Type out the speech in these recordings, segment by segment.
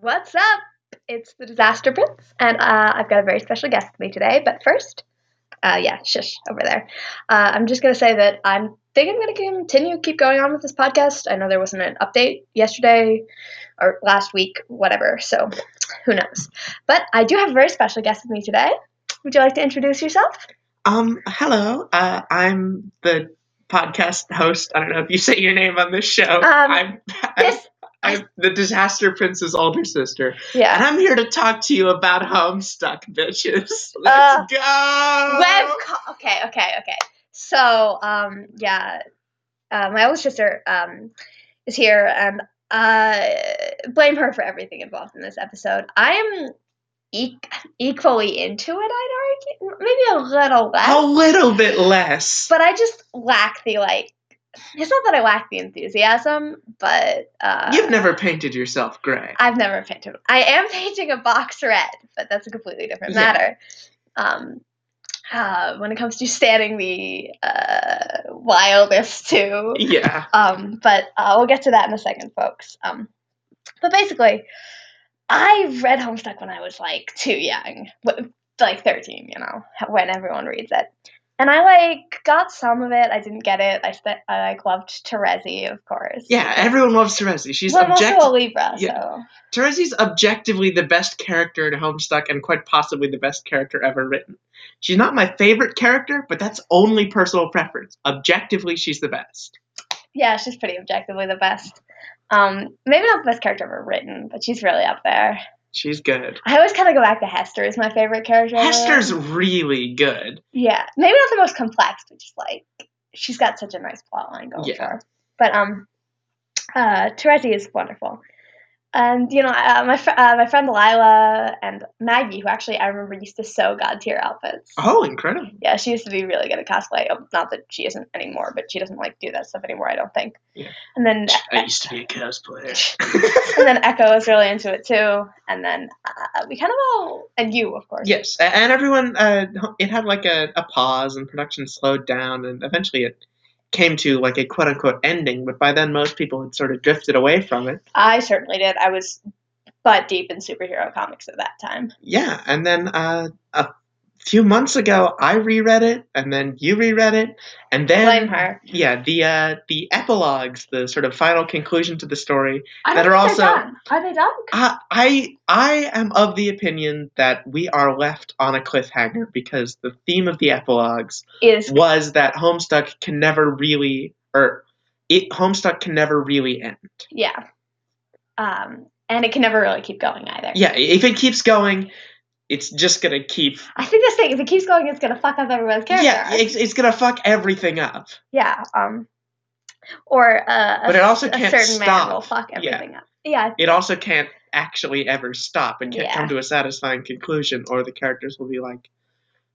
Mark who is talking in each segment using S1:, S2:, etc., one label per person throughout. S1: What's up? It's the Disaster Prince, and uh, I've got a very special guest with me today. But first, uh, yeah, shush over there. Uh, I'm just gonna say that I'm think I'm gonna continue keep going on with this podcast. I know there wasn't an update yesterday or last week, whatever. So who knows? But I do have a very special guest with me today. Would you like to introduce yourself?
S2: Um, hello. Uh, I'm the podcast host. I don't know if you say your name on this show. Oh,
S1: Um,
S2: I'm, I'm,
S1: Yes.
S2: I'm the Disaster Prince's older sister, and
S1: Yeah.
S2: I'm here to talk to you about Homestuck, bitches. Let's
S1: Uh,
S2: go.
S1: Web. Co- okay. Okay. Okay. So um, yeah, uh, my oldest sister um, is here, and uh, blame her for everything involved in this episode. I am e- equally into it. I'd argue, maybe a little less,
S2: a little bit less.
S1: but I just lack the like. It's not that I lack the enthusiasm, but uh,
S2: You've never painted yourself gray.
S1: I've never painted. I am painting a box red, but that's a completely different
S2: Yeah.
S1: matter. Um, uh, when it comes to standing the uh, wildest too.
S2: yeah.
S1: Um, but uh, we'll get to that in a second, folks. Um, but basically, I read Homestuck when I was like too young, wh- like 13, you know, when everyone reads it. And I like got some of it. I didn't get it. I st- I like loved Terezi, of course.
S2: Yeah, everyone loves Terezi. She's
S1: Well, I'm
S2: objective.
S1: also a Libra,
S2: Yeah.
S1: so
S2: Terezi's objectively the best character in Homestuck and quite possibly the best character ever written. She's not my favorite character, but that's only personal preference. Objectively, she's the best.
S1: yeah, she's pretty objectively the best. Um, maybe not the best character ever written, but she's really up there.
S2: She's good.
S1: I always kind of go back to Hester as my favorite character. ever.
S2: Hester's really good.
S1: yeah, maybe not the most complex, but just like she's got such a nice plot line going
S2: Yeah.
S1: for her. But um, uh, Terezi is wonderful, and you know uh, my fr- uh, my friend Lila and Maggie, who actually I remember used to sew god tier outfits.
S2: Oh, incredible.
S1: Yeah, she used to be really good at cosplay. Oh, Not that she isn't anymore, but she doesn't like do that stuff anymore. I don't think.
S2: Yeah.
S1: And then
S2: I used to be a cosplayer.
S1: and then Echo is really into it too. And then uh, we kind of all, and you, of course.
S2: yes, a- and everyone, uh, it had like a, a pause and production slowed down, and eventually it came to like a quote unquote ending, but by then most people had sort of drifted away from it.
S1: I certainly did. I was butt deep in superhero comics at that time.
S2: Yeah, and then uh, a few months ago, I reread it, and then you reread it, and then
S1: Blame her.
S2: Yeah, the uh, the epilogues, the sort of final conclusion to the story.
S1: I
S2: That
S1: don't
S2: are
S1: think they're
S2: also-
S1: done. Are they done?
S2: I I, I am of the opinion that we are left on a cliffhanger because the theme of the epilogues
S1: Is
S2: was that Homestuck can never really, or it Homestuck can never really end.
S1: yeah. Um, and it can never really keep going either.
S2: Yeah, if it keeps going, it's just gonna keep.
S1: I think this thing, if it keeps going, it's gonna fuck up everyone's character.
S2: Yeah, it's, it's gonna fuck everything up.
S1: Yeah, Um. Or uh, a,
S2: But it also
S1: a
S2: can't
S1: certain man
S2: stop.
S1: will fuck
S2: Yeah.
S1: everything up. Yeah.
S2: it also can't actually ever stop and can't
S1: Yeah.
S2: come to a satisfying conclusion, or the characters will be like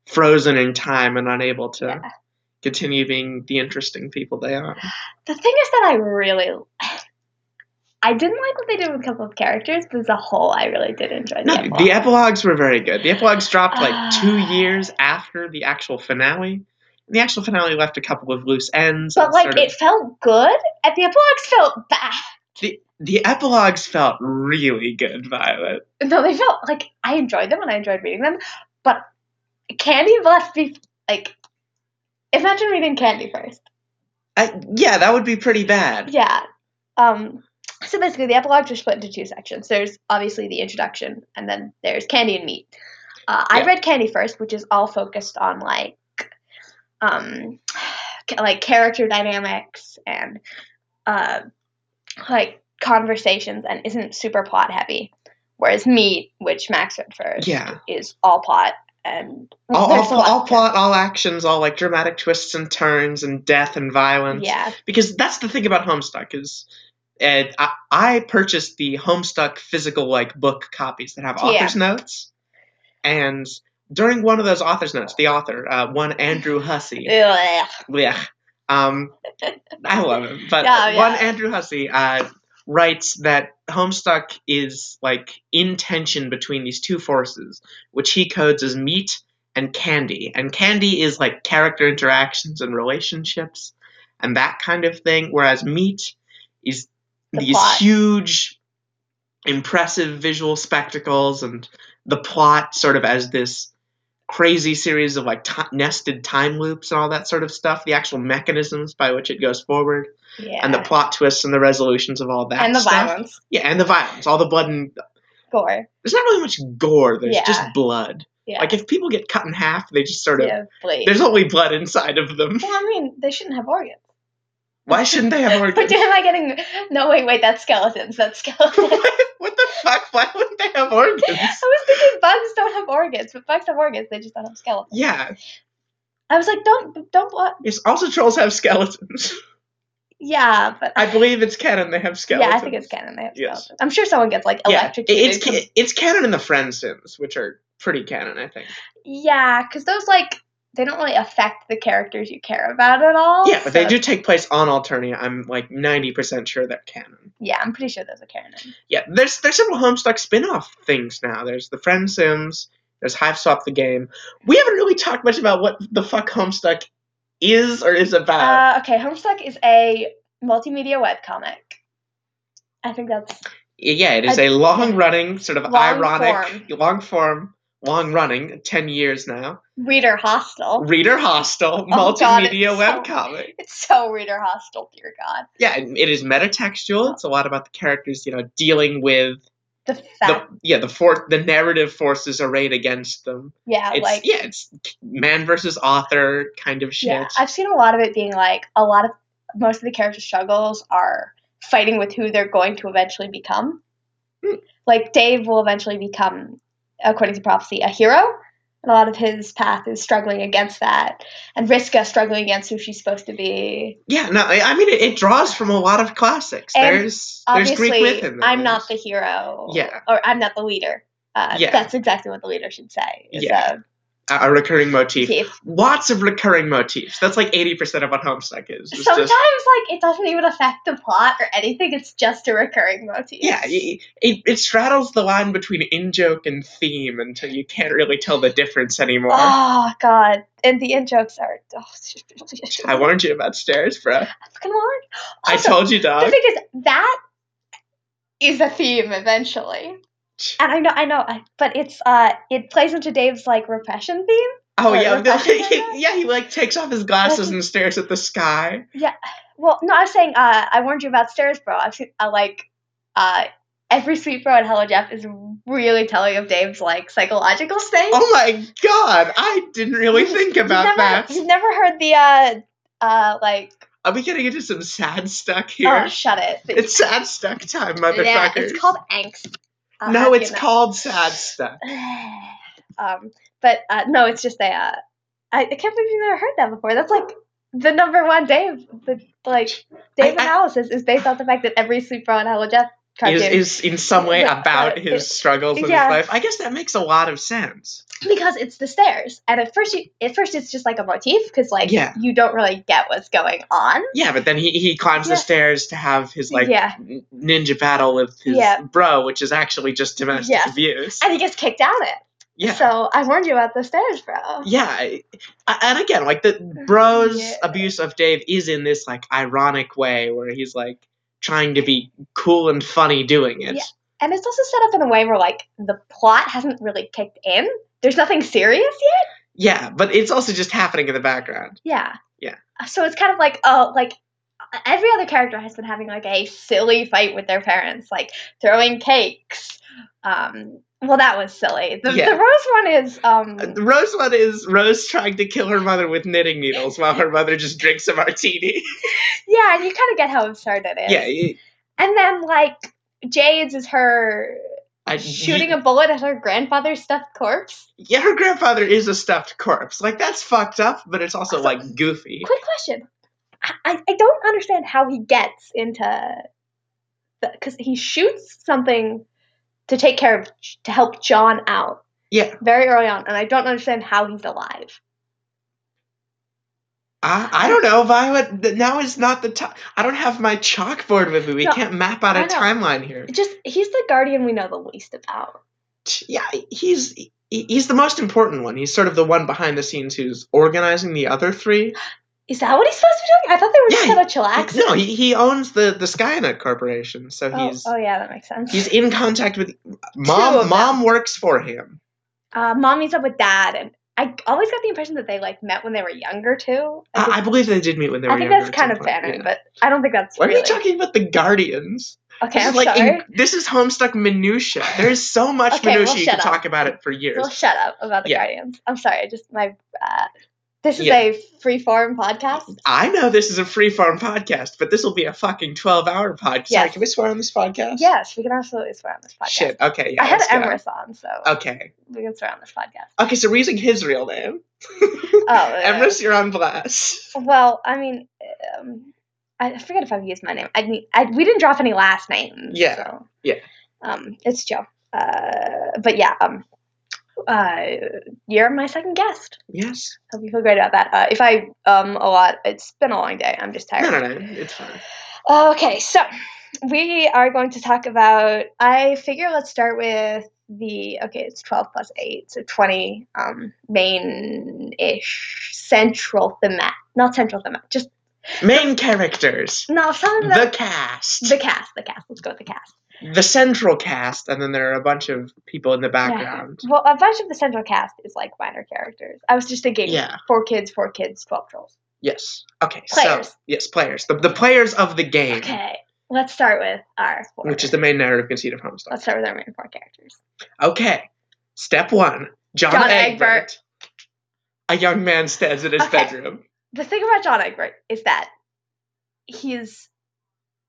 S2: frozen in time and unable to
S1: Yeah.
S2: continue being the interesting people they are.
S1: The thing is that I really. I didn't like what they did with a couple of characters, but as a whole, I really did enjoy the
S2: No,
S1: epilogue.
S2: the epilogues were very good. The epilogues dropped like two
S1: Ah.
S2: years after the actual finale. And the actual finale left a couple of loose ends.
S1: But
S2: and
S1: like,
S2: sort of-
S1: it felt good, and the epilogues felt bad.
S2: the, the epilogues felt really good, Violet.
S1: No, they felt like I enjoyed them and I enjoyed reading them, but Candy left me like. Imagine reading Candy first.
S2: I, yeah, that would be pretty bad.
S1: Yeah. Um. So basically, the epilogues are split into two sections. There's obviously the introduction, and then there's Candy and Meat. Uh, I
S2: Yeah.
S1: read Candy first, which is all focused on like, um, ca- like character dynamics and uh, like conversations, and isn't super plot heavy. Whereas Meat, which Max read first,
S2: Yeah.
S1: is all plot and
S2: all,
S1: there's a
S2: all,
S1: lot
S2: all
S1: of-
S2: plot, all actions, all like dramatic twists and turns and death and violence.
S1: Yeah,
S2: Because that's the thing about Homestuck is, and I, I purchased the Homestuck physical like book copies that have
S1: Yeah.
S2: author's notes, and during one of those author's notes, the author, uh, one Andrew Hussey,
S1: Ugh.
S2: yeah, um, I love him, but
S1: Oh, Yeah, yeah.
S2: one Andrew Hussey uh, writes that Homestuck is like in tension between these two forces, which he codes as meat and candy, and candy is like character interactions and relationships and that kind of thing, whereas meat is
S1: The
S2: these
S1: plot.
S2: huge impressive visual spectacles and the plot sort of as this crazy series of like ti nested time loops and all that sort of stuff the actual mechanisms by which it goes forward
S1: Yeah.
S2: and the plot twists and the resolutions of all that
S1: And the
S2: stuff.
S1: violence.
S2: yeah and the violence all the blood and
S1: Gore.
S2: there's not really much gore there's
S1: Yeah.
S2: just blood
S1: Yeah.
S2: like if people get cut in half they just sort of
S1: yeah, bleed.
S2: there's only blood inside of them
S1: Well, I mean, they shouldn't have organs.
S2: why shouldn't they have
S1: But
S2: organs
S1: am I getting? No, wait, wait. That's skeletons. That's skeletons.
S2: what the fuck why wouldn't they have organs
S1: I was thinking bugs don't have organs, but bugs have organs. They just don't have skeletons.
S2: yeah
S1: I was like, don't, don't. What?
S2: it's also trolls have skeletons
S1: Yeah, but
S2: i believe it's canon they have skeletons
S1: yeah, I think it's canon. They have
S2: Yes.
S1: skeletons. I'm sure someone gets like
S2: yeah, it-
S1: electrocuted.
S2: it's
S1: from-
S2: ca- it's canon in the Friend Sims, which are pretty canon, I think.
S1: yeah, because those like they don't really affect the characters you care about at all.
S2: yeah, but they
S1: Oh, so-
S2: do take place on Alternia. I'm like ninety percent sure they're canon.
S1: Yeah, I'm pretty sure those are canon.
S2: Yeah, there's there's several Homestuck spin-off things now. There's the Friend Sims. There's Hive Swap the game. We haven't really talked much about what the fuck Homestuck is or is about.
S1: Uh, okay, Homestuck is a multimedia webcomic. I think that's
S2: yeah, it is
S1: I-
S2: a long-running sort of
S1: Long
S2: ironic, long form, long running, ten years now.
S1: reader hostile.
S2: Reader
S1: Oh
S2: hostile
S1: God, it's
S2: multimedia
S1: so-
S2: webcomic.
S1: It's so reader hostile, dear God.
S2: yeah, it it is metatextual. It's a lot about the characters, you know, dealing with
S1: The fact,
S2: the yeah the for the narrative forces arrayed against them.
S1: yeah,
S2: It's
S1: like
S2: yeah, it's man versus author kind of shit.
S1: Yeah, I've seen a lot of it being like a lot of most of the character struggles are fighting with who they're going to eventually become.
S2: Hmm.
S1: Like Dave will eventually become, according to prophecy, a hero, and a lot of his path is struggling against that, and Riska struggling against who she's supposed to be.
S2: yeah, no, I, I mean it, it draws from a lot of classics.
S1: And
S2: there's there's
S1: Obviously,
S2: Greek myth in there.
S1: I'm not the hero.
S2: Yeah.
S1: or I'm not the leader. Uh,
S2: Yeah.
S1: that's exactly what the leader should say. is,
S2: Yeah.
S1: uh,
S2: a, a recurring motif.
S1: Keith.
S2: Lots of recurring motifs. That's like eighty percent of what Homestuck is. It's
S1: Sometimes,
S2: just
S1: like, it doesn't even affect the plot or anything. It's just a recurring motif.
S2: yeah, it, it, it straddles the line between in joke and theme until you can't really tell the difference anymore.
S1: Oh god, and the in jokes are. Oh,
S2: I warned you about stairs, bro.
S1: I'm fucking warned.
S2: I
S1: Also,
S2: told you, dog.
S1: The thing is, that is a theme eventually, and I know, I know, I- but it's uh, it plays into Dave's like repression theme.
S2: Oh
S1: Or
S2: yeah,
S1: reflection
S2: the-
S1: kind of?
S2: yeah. He like takes off his glasses and stares at the sky.
S1: Well, no, I was saying, uh, I warned you about stairs, bro. I've seen, I like, uh, every sweet bro at Hello Jeff is really telling of Dave's like psychological state.
S2: Oh my god, I didn't really think
S1: You've
S2: about
S1: never,
S2: that.
S1: You've never heard the uh, uh, like.
S2: Are we getting into some sad stuck
S1: Oh,
S2: here?
S1: shut it.
S2: It's sad stuck time, motherfuckers.
S1: yeah, it's called angst. uh, I'll
S2: no,
S1: have you
S2: it's
S1: know.
S2: called sad stuck.
S1: um, but uh, no, it's just a. Uh, I, I can't believe you've never heard that before. That's like the number one Dave, the, like Dave
S2: I- I-
S1: analysis is based on the fact that every sleep bra and Hello Jeff
S2: Is,
S1: cartoon
S2: is in some way
S1: But, uh,
S2: about
S1: it-
S2: his struggles in
S1: yeah.
S2: his life. I guess that makes a lot of sense.
S1: because it's the stairs. And at first, you, at first it's just like a motif because like
S2: Yeah.
S1: you don't really get what's going on.
S2: Yeah, but then he, he climbs
S1: Yeah.
S2: the stairs to have his like
S1: Yeah.
S2: n- ninja battle with his
S1: Yeah.
S2: bro, which is actually just domestic
S1: Yes.
S2: abuse.
S1: And he gets kicked down it.
S2: yeah.
S1: So I warned you about the stairs, bro.
S2: yeah I- I- and again like the bros
S1: Oh, Yeah.
S2: abuse of dave is in this like ironic way where he's like trying to be cool and funny doing it
S1: Yeah. And it's also set up in a way where like the plot hasn't really kicked in. There's nothing serious yet.
S2: Yeah, but it's also just happening in the background
S1: Yeah.
S2: Yeah.
S1: So it's kind of like oh, like every other character has been having like a silly fight with their parents, like throwing cakes. Um, well, that was silly. The,
S2: Yeah.
S1: the rose one is
S2: Uh,
S1: um,
S2: rose one is rose trying to kill her mother with knitting needles while her mother just drinks a martini
S1: yeah, and you kind of get how absurd it is.
S2: yeah it-
S1: And then like Jade's is her
S2: I-
S1: shooting a bullet at her grandfather's stuffed corpse.
S2: yeah her grandfather is a stuffed corpse like that's fucked up but it's also
S1: Also-
S2: like goofy
S1: Quick question. I, I I don't understand how he gets into because he shoots something to take care of to help John out.
S2: Yeah.
S1: Very early on, and I don't understand how he's alive.
S2: I, I don't know, Violet. th- Now is not the time. I don't have my chalkboard with me. We
S1: No,
S2: can't map out a
S1: I know.
S2: timeline here.
S1: Just he's the guardian we know the least about.
S2: Yeah, he's he- he's the most important one. He's sort of the one behind the scenes who's organizing the other three.
S1: Is that what he's supposed to be doing? I thought they were just
S2: Yeah,
S1: gonna chillax.
S2: No, he, he owns the the Skynet Corporation, so
S1: oh,
S2: he's
S1: oh yeah, that makes sense.
S2: he's in contact with
S1: of them.
S2: mom. Mom works for him.
S1: uh, mom meets up with dad, and I always got the impression that they like met when they were younger too. I,
S2: I,
S1: think-
S2: I believe they did meet when they were.
S1: I think
S2: younger
S1: that's
S2: at some
S1: kind of
S2: point,
S1: canon,
S2: yeah.
S1: but I don't think that's.
S2: Why are
S1: really...
S2: you talking about the Guardians?
S1: Okay,
S2: this
S1: I'm
S2: is like
S1: sorry.
S2: in- this is Homestuck minutia. There's so much
S1: Okay,
S2: minutia
S1: well,
S2: you
S1: shut
S2: could
S1: up.
S2: talk about it for years.
S1: Well, shut up about the
S2: Yeah.
S1: Guardians. I'm sorry. I Just my. Uh, this is
S2: Yeah.
S1: a free form podcast.
S2: I know this is a freeform podcast, but this will be a fucking twelve-hour podcast. Sorry,
S1: Yes.
S2: can we swear on this podcast?
S1: Yes, we can absolutely swear on this podcast.
S2: Shit. Okay. Yeah.
S1: I had
S2: let's Oh. do it.
S1: Emrys on, so
S2: Okay.
S1: we can swear on this podcast.
S2: Okay. So we're using his real name.
S1: Oh, uh,
S2: Emrys, you're on blast.
S1: Well, I mean, um, I I forget if I've used my name. I mean, I, we didn't drop any last names.
S2: Yeah,
S1: so,
S2: yeah.
S1: Um, it's Joe. Uh, but yeah, um, uh, you're my second guest.
S2: Yes.
S1: Hope you feel great about that. Uh, if I um a lot, it's been a long day. I'm just tired.
S2: No, no, no. It's fine.
S1: Okay, so we are going to talk about. I figure let's start with the okay. It's twelve plus eight, so twenty um, main-ish central thematic, not central thematic, just
S2: Main characters.
S1: no some of
S2: The
S1: the
S2: cast.
S1: the cast, the cast. Let's go with the cast.
S2: the central cast, and then there are a bunch of people in the background.
S1: Well, a bunch of the central cast is like minor characters. I was just thinking,
S2: Yeah.
S1: four kids, four kids, twelve trolls.
S2: Yes. Okay. So
S1: Players.
S2: yes, players. The the players of the game,
S1: Okay, let's start with our four.
S2: Mm-hmm. which is the main narrative conceit of Homestuck.
S1: let's start with our main four characters.
S2: Okay. Step one. John,
S1: John
S2: Egbert. A young man stands in his
S1: Okay.
S2: bedroom.
S1: the thing about John Egbert is that he's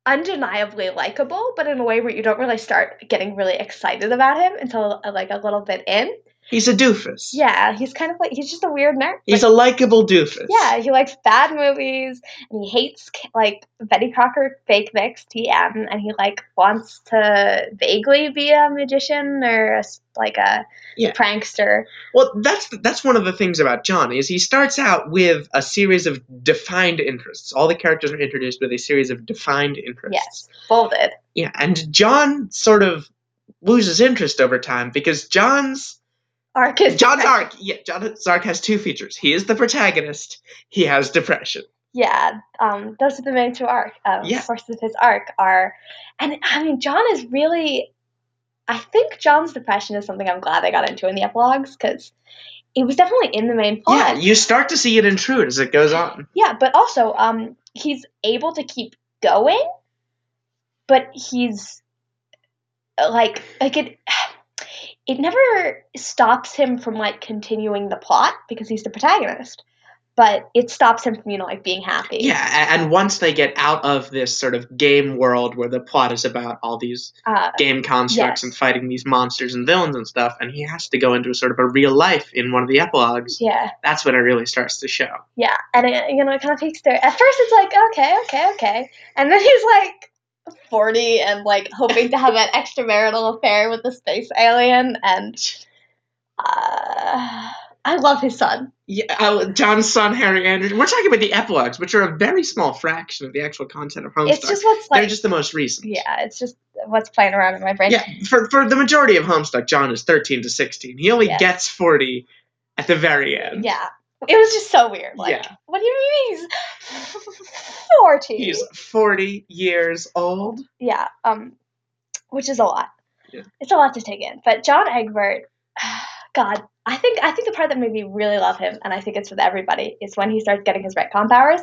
S1: undeniably likable, but in a way where you don't really start getting really excited about him until uh, like a little bit in.
S2: He's a doofus.
S1: Yeah, he's kind of like he's just a weird nerd.
S2: He's a likable doofus.
S1: yeah, he likes bad movies and he hates k- like Betty Crocker fake mix TM, and he like wants to vaguely be a magician or a s like a
S2: Yeah.
S1: prankster.
S2: Well, that's that's one of the things about John is he starts out with a series of defined interests. All the characters are introduced with a series of defined interests.
S1: Yes, folded.
S2: Yeah, and John sort of loses interest over time because John's
S1: Arc is
S2: John's
S1: depressed.
S2: arc. Yeah, John's arc has two features. He is the protagonist. He has depression.
S1: yeah, um, those are the main two arc uh,
S2: Yeah.
S1: sources of his arc are, and I mean John is really, I think John's depression is something I'm glad I got into in the epilogues because it was definitely in the main
S2: Yeah,
S1: plot.
S2: you start to see it intrude as it goes on.
S1: Yeah, but also um, he's able to keep going, but he's uh, like like it. It never stops him from like continuing the plot because he's the protagonist, but it stops him from you know like being happy.
S2: Yeah, a- and once they get out of this sort of game world where the plot is about all these
S1: Uh,
S2: game constructs
S1: Yes.
S2: and fighting these monsters and villains and stuff, and he has to go into a sort of a real life in one of the epilogues,
S1: yeah.
S2: that's when it really starts to show.
S1: Yeah, and it, you know, it kind of peaks there. At first, it's like okay, okay, okay, and then he's like forty and like hoping to have an extramarital affair with a space alien, and uh, I love his son.
S2: Yeah, uh, John's son, Harry Anderson. We're talking about the epilogues, which are a very small fraction of the actual content of Homestuck.
S1: It's just what's
S2: They're
S1: like,
S2: just the most recent.
S1: yeah, it's just what's playing around in my brain.
S2: Yeah, for, for the majority of Homestuck, John is 13 to 16. He only
S1: Yes.
S2: gets 40 at the very end.
S1: Yeah. it was just so weird. Like,
S2: Yeah.
S1: what do you mean he's forty?
S2: He's 40 years old.
S1: yeah, um, which is a lot.
S2: Yeah.
S1: It's a lot to take in. But John Egbert, God, I think I think the part that made me really love him, and I think it's with everybody, is when he starts getting his retcon powers,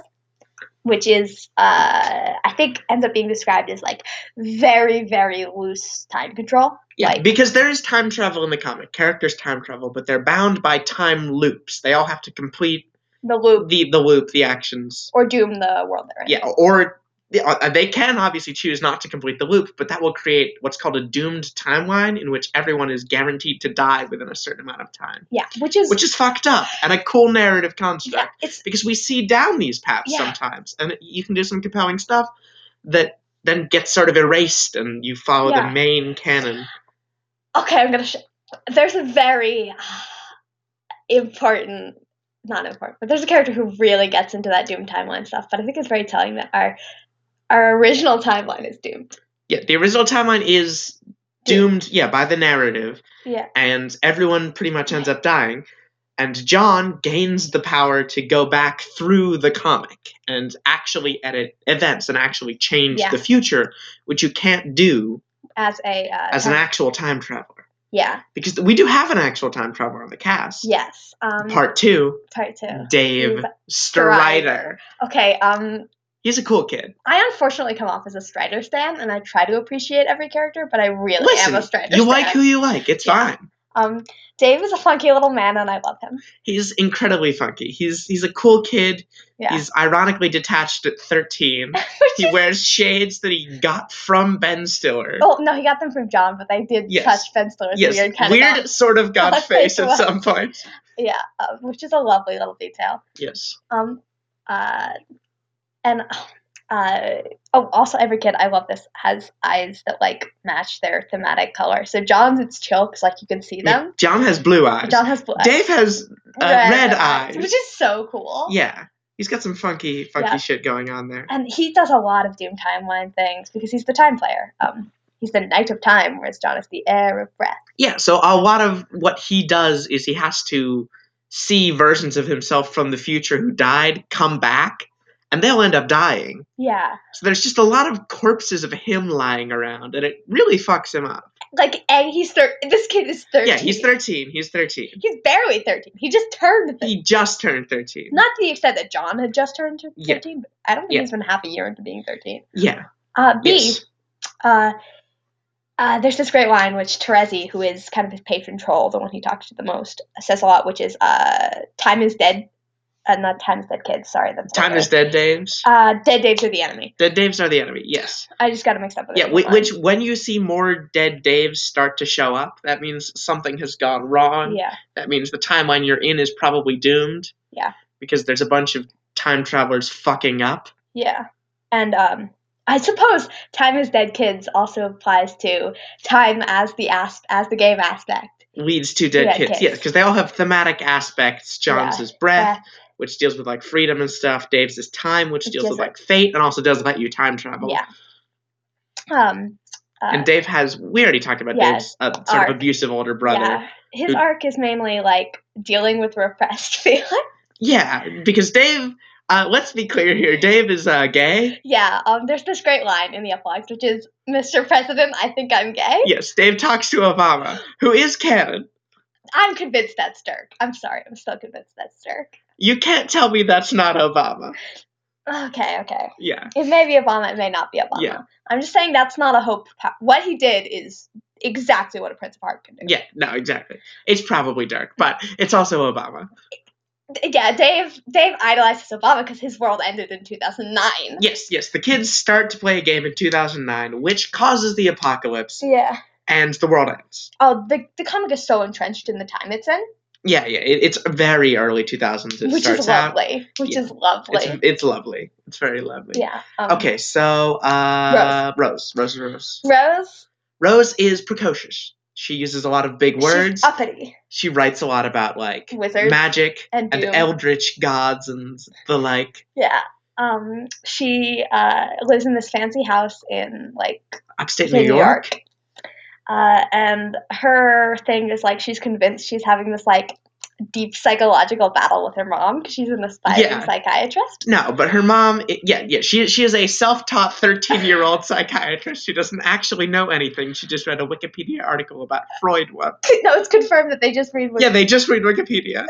S1: which is uh, I think ends up being described as like very very loose time control.
S2: Yeah,
S1: Like-
S2: because there is time travel in the comic. Characters time travel, but they're bound by time loops. They all have to complete
S1: The loop
S2: the the loop, the actions.
S1: or doom the world they're in.
S2: Yeah, or yeah, uh, they can obviously choose not to complete the loop, but that will create what's called a doomed timeline in which everyone is guaranteed to die within a certain amount of time,
S1: Yeah, which is
S2: which is fucked up and a cool narrative construct.
S1: yeah, it's
S2: because we see down these paths
S1: Yeah.
S2: sometimes and you can do some compelling stuff that then gets sort of erased and you follow
S1: Yeah.
S2: the main canon
S1: okay, I'm gonna. Sh- there's a very important, not important, but there's a character who really gets into that Doom timeline stuff. But I think it's very telling that our our original timeline is doomed.
S2: yeah the original timeline is
S1: Doomed.
S2: doomed yeah by the narrative
S1: Yeah.
S2: and everyone pretty much ends up dying And John gains the power to go back through the comic and actually edit events and actually change
S1: Yeah.
S2: the future, which you can't do
S1: as a uh,
S2: as an
S1: time-
S2: actual time traveler.
S1: yeah
S2: Because we do have an actual time traveler on the cast.
S1: yes um
S2: Part two,
S1: part two
S2: Dave
S1: Dave
S2: Strider.
S1: okay um
S2: He's a cool kid.
S1: I unfortunately come off as a Strider stan, and I try to appreciate every character, but I really am a
S2: Listen,
S1: Strider.
S2: you
S1: stan.
S2: like who you like. It's
S1: Yeah.
S2: fine.
S1: Um, Dave is a funky little man, and I love him.
S2: He's incredibly funky. He's he's a cool kid.
S1: Yeah,
S2: He's ironically detached at 13. he wears shades that he got from Ben Stiller.
S1: oh no, he got them from John, but they did
S2: Yes.
S1: touch Ben Stiller's
S2: yes,
S1: weird kind of
S2: weird sort of god
S1: God
S2: face
S1: face
S2: at
S1: was.
S2: some point.
S1: yeah, uh, which is a lovely little detail.
S2: Yes.
S1: Um, uh, and uh, oh, also every kid, I love this, has eyes that like match their thematic color. So John's it's chill because like you can see
S2: Yeah,
S1: them.
S2: John has blue eyes.
S1: John has blue.
S2: Dave has uh, red eyes.
S1: which is so cool.
S2: yeah. He's got some funky funky
S1: Yeah.
S2: shit going on there.
S1: and he does a lot of Doom timeline things because he's the time player. Um, he's the Knight of Time, whereas John is the Heir of Breath.
S2: Yeah, so a lot of what he does is he has to see versions of himself from the future who died come back and they'll end up dying.
S1: Yeah,
S2: So there's just a lot of corpses of him lying around, and it really fucks him up.
S1: like and he's thir- This kid is thirteen.
S2: Yeah, he's 13. He's 13.
S1: He's barely thirteen. He just turned. 13.
S2: He just turned 13.
S1: Not to the extent that John had just turned to
S2: Yeah.
S1: thirteen. But I don't think
S2: Yeah.
S1: he's been half a year into being thirteen.
S2: yeah.
S1: Uh, B.
S2: Yes.
S1: Uh, uh, there's this great line which Terezi, who is kind of his patron troll, the one he talks to the most, says a lot, which is uh, "Time is dead." Uh, not time is dead, kids. Sorry, that's
S2: Time is dead, Daves.
S1: Uh, dead Daves are the enemy.
S2: dead Daves are the enemy. Yes.
S1: I just got it mixed up with
S2: Yeah.
S1: another
S2: whi-
S1: one.
S2: Which, when you see more dead Daves start to show up, that means something has gone wrong.
S1: yeah
S2: That means the timeline you're in is probably doomed.
S1: Yeah.
S2: Because there's a bunch of time travelers fucking up.
S1: yeah and um I suppose time is dead kids also applies to time as the asp as the game aspect
S2: Leads to dead
S1: Dead
S2: kids.
S1: kids.
S2: Yeah, because they all have thematic aspects. John's
S1: Yeah.
S2: is breath. which deals with like freedom and stuff. Dave's is time, which
S1: It
S2: deals with
S1: doesn't-
S2: like fate and also does let you time travel.
S1: yeah um uh,
S2: And Dave has we already talked about
S1: Yeah,
S2: Dave's uh, sort
S1: arc.
S2: of abusive older brother.
S1: yeah his
S2: who-
S1: arc is mainly like dealing with repressed feelings
S2: Yeah, because Dave. Uh, let's be clear here. Dave is uh, gay.
S1: yeah um there's this great line in the epilogues which is Mr President I think I'm gay
S2: Yes, Dave talks to Obama, who is canon.
S1: I'm convinced that's Dirk I'm sorry I'm still convinced that's Dirk
S2: You can't tell me that's not Obama.
S1: okay okay
S2: Yeah,
S1: It may be Obama. It may not be Obama.
S2: Yeah.
S1: I'm just saying that's not a hope. pa- What he did is exactly what a Prince of Heart can do.
S2: yeah, no, exactly. It's probably Dirk, but it's also Obama.
S1: D- Yeah. Dave. Dave idolizes Obama because his world ended in 2009.
S2: Yes, yes. The kids start to play a game in 2009, which causes the apocalypse,
S1: Yeah.
S2: and the world ends.
S1: Oh, the the comic is so entrenched in the time it's in,
S2: Yeah, yeah. It, it's very early 2000s. It
S1: which
S2: starts
S1: is
S2: out.
S1: lovely. Which
S2: Yeah.
S1: is lovely.
S2: It's, it's lovely. It's very lovely.
S1: yeah. Um,
S2: Okay, so uh, Rose. Rose. Rose. Rose.
S1: Rose.
S2: Rose is precocious. She uses a lot of big words.
S1: She's uppity.
S2: She writes a lot about like
S1: Wizards
S2: magic
S1: and
S2: and
S1: doom.
S2: eldritch gods and the like.
S1: Yeah. Um. She uh lives in this fancy house in like
S2: Upstate
S1: in
S2: New York.
S1: Uh, and her thing is like she's convinced she's having this like deep psychological battle with her mom because she's an aspiring
S2: Yeah.
S1: psychiatrist.
S2: No, but her mom. i yeah, yeah. She she is a self-taught 13-year-old psychiatrist. She doesn't actually know anything. She just read a Wikipedia article about Freud once.
S1: no, it's confirmed that they just read.
S2: Yeah, they just read Wikipedia.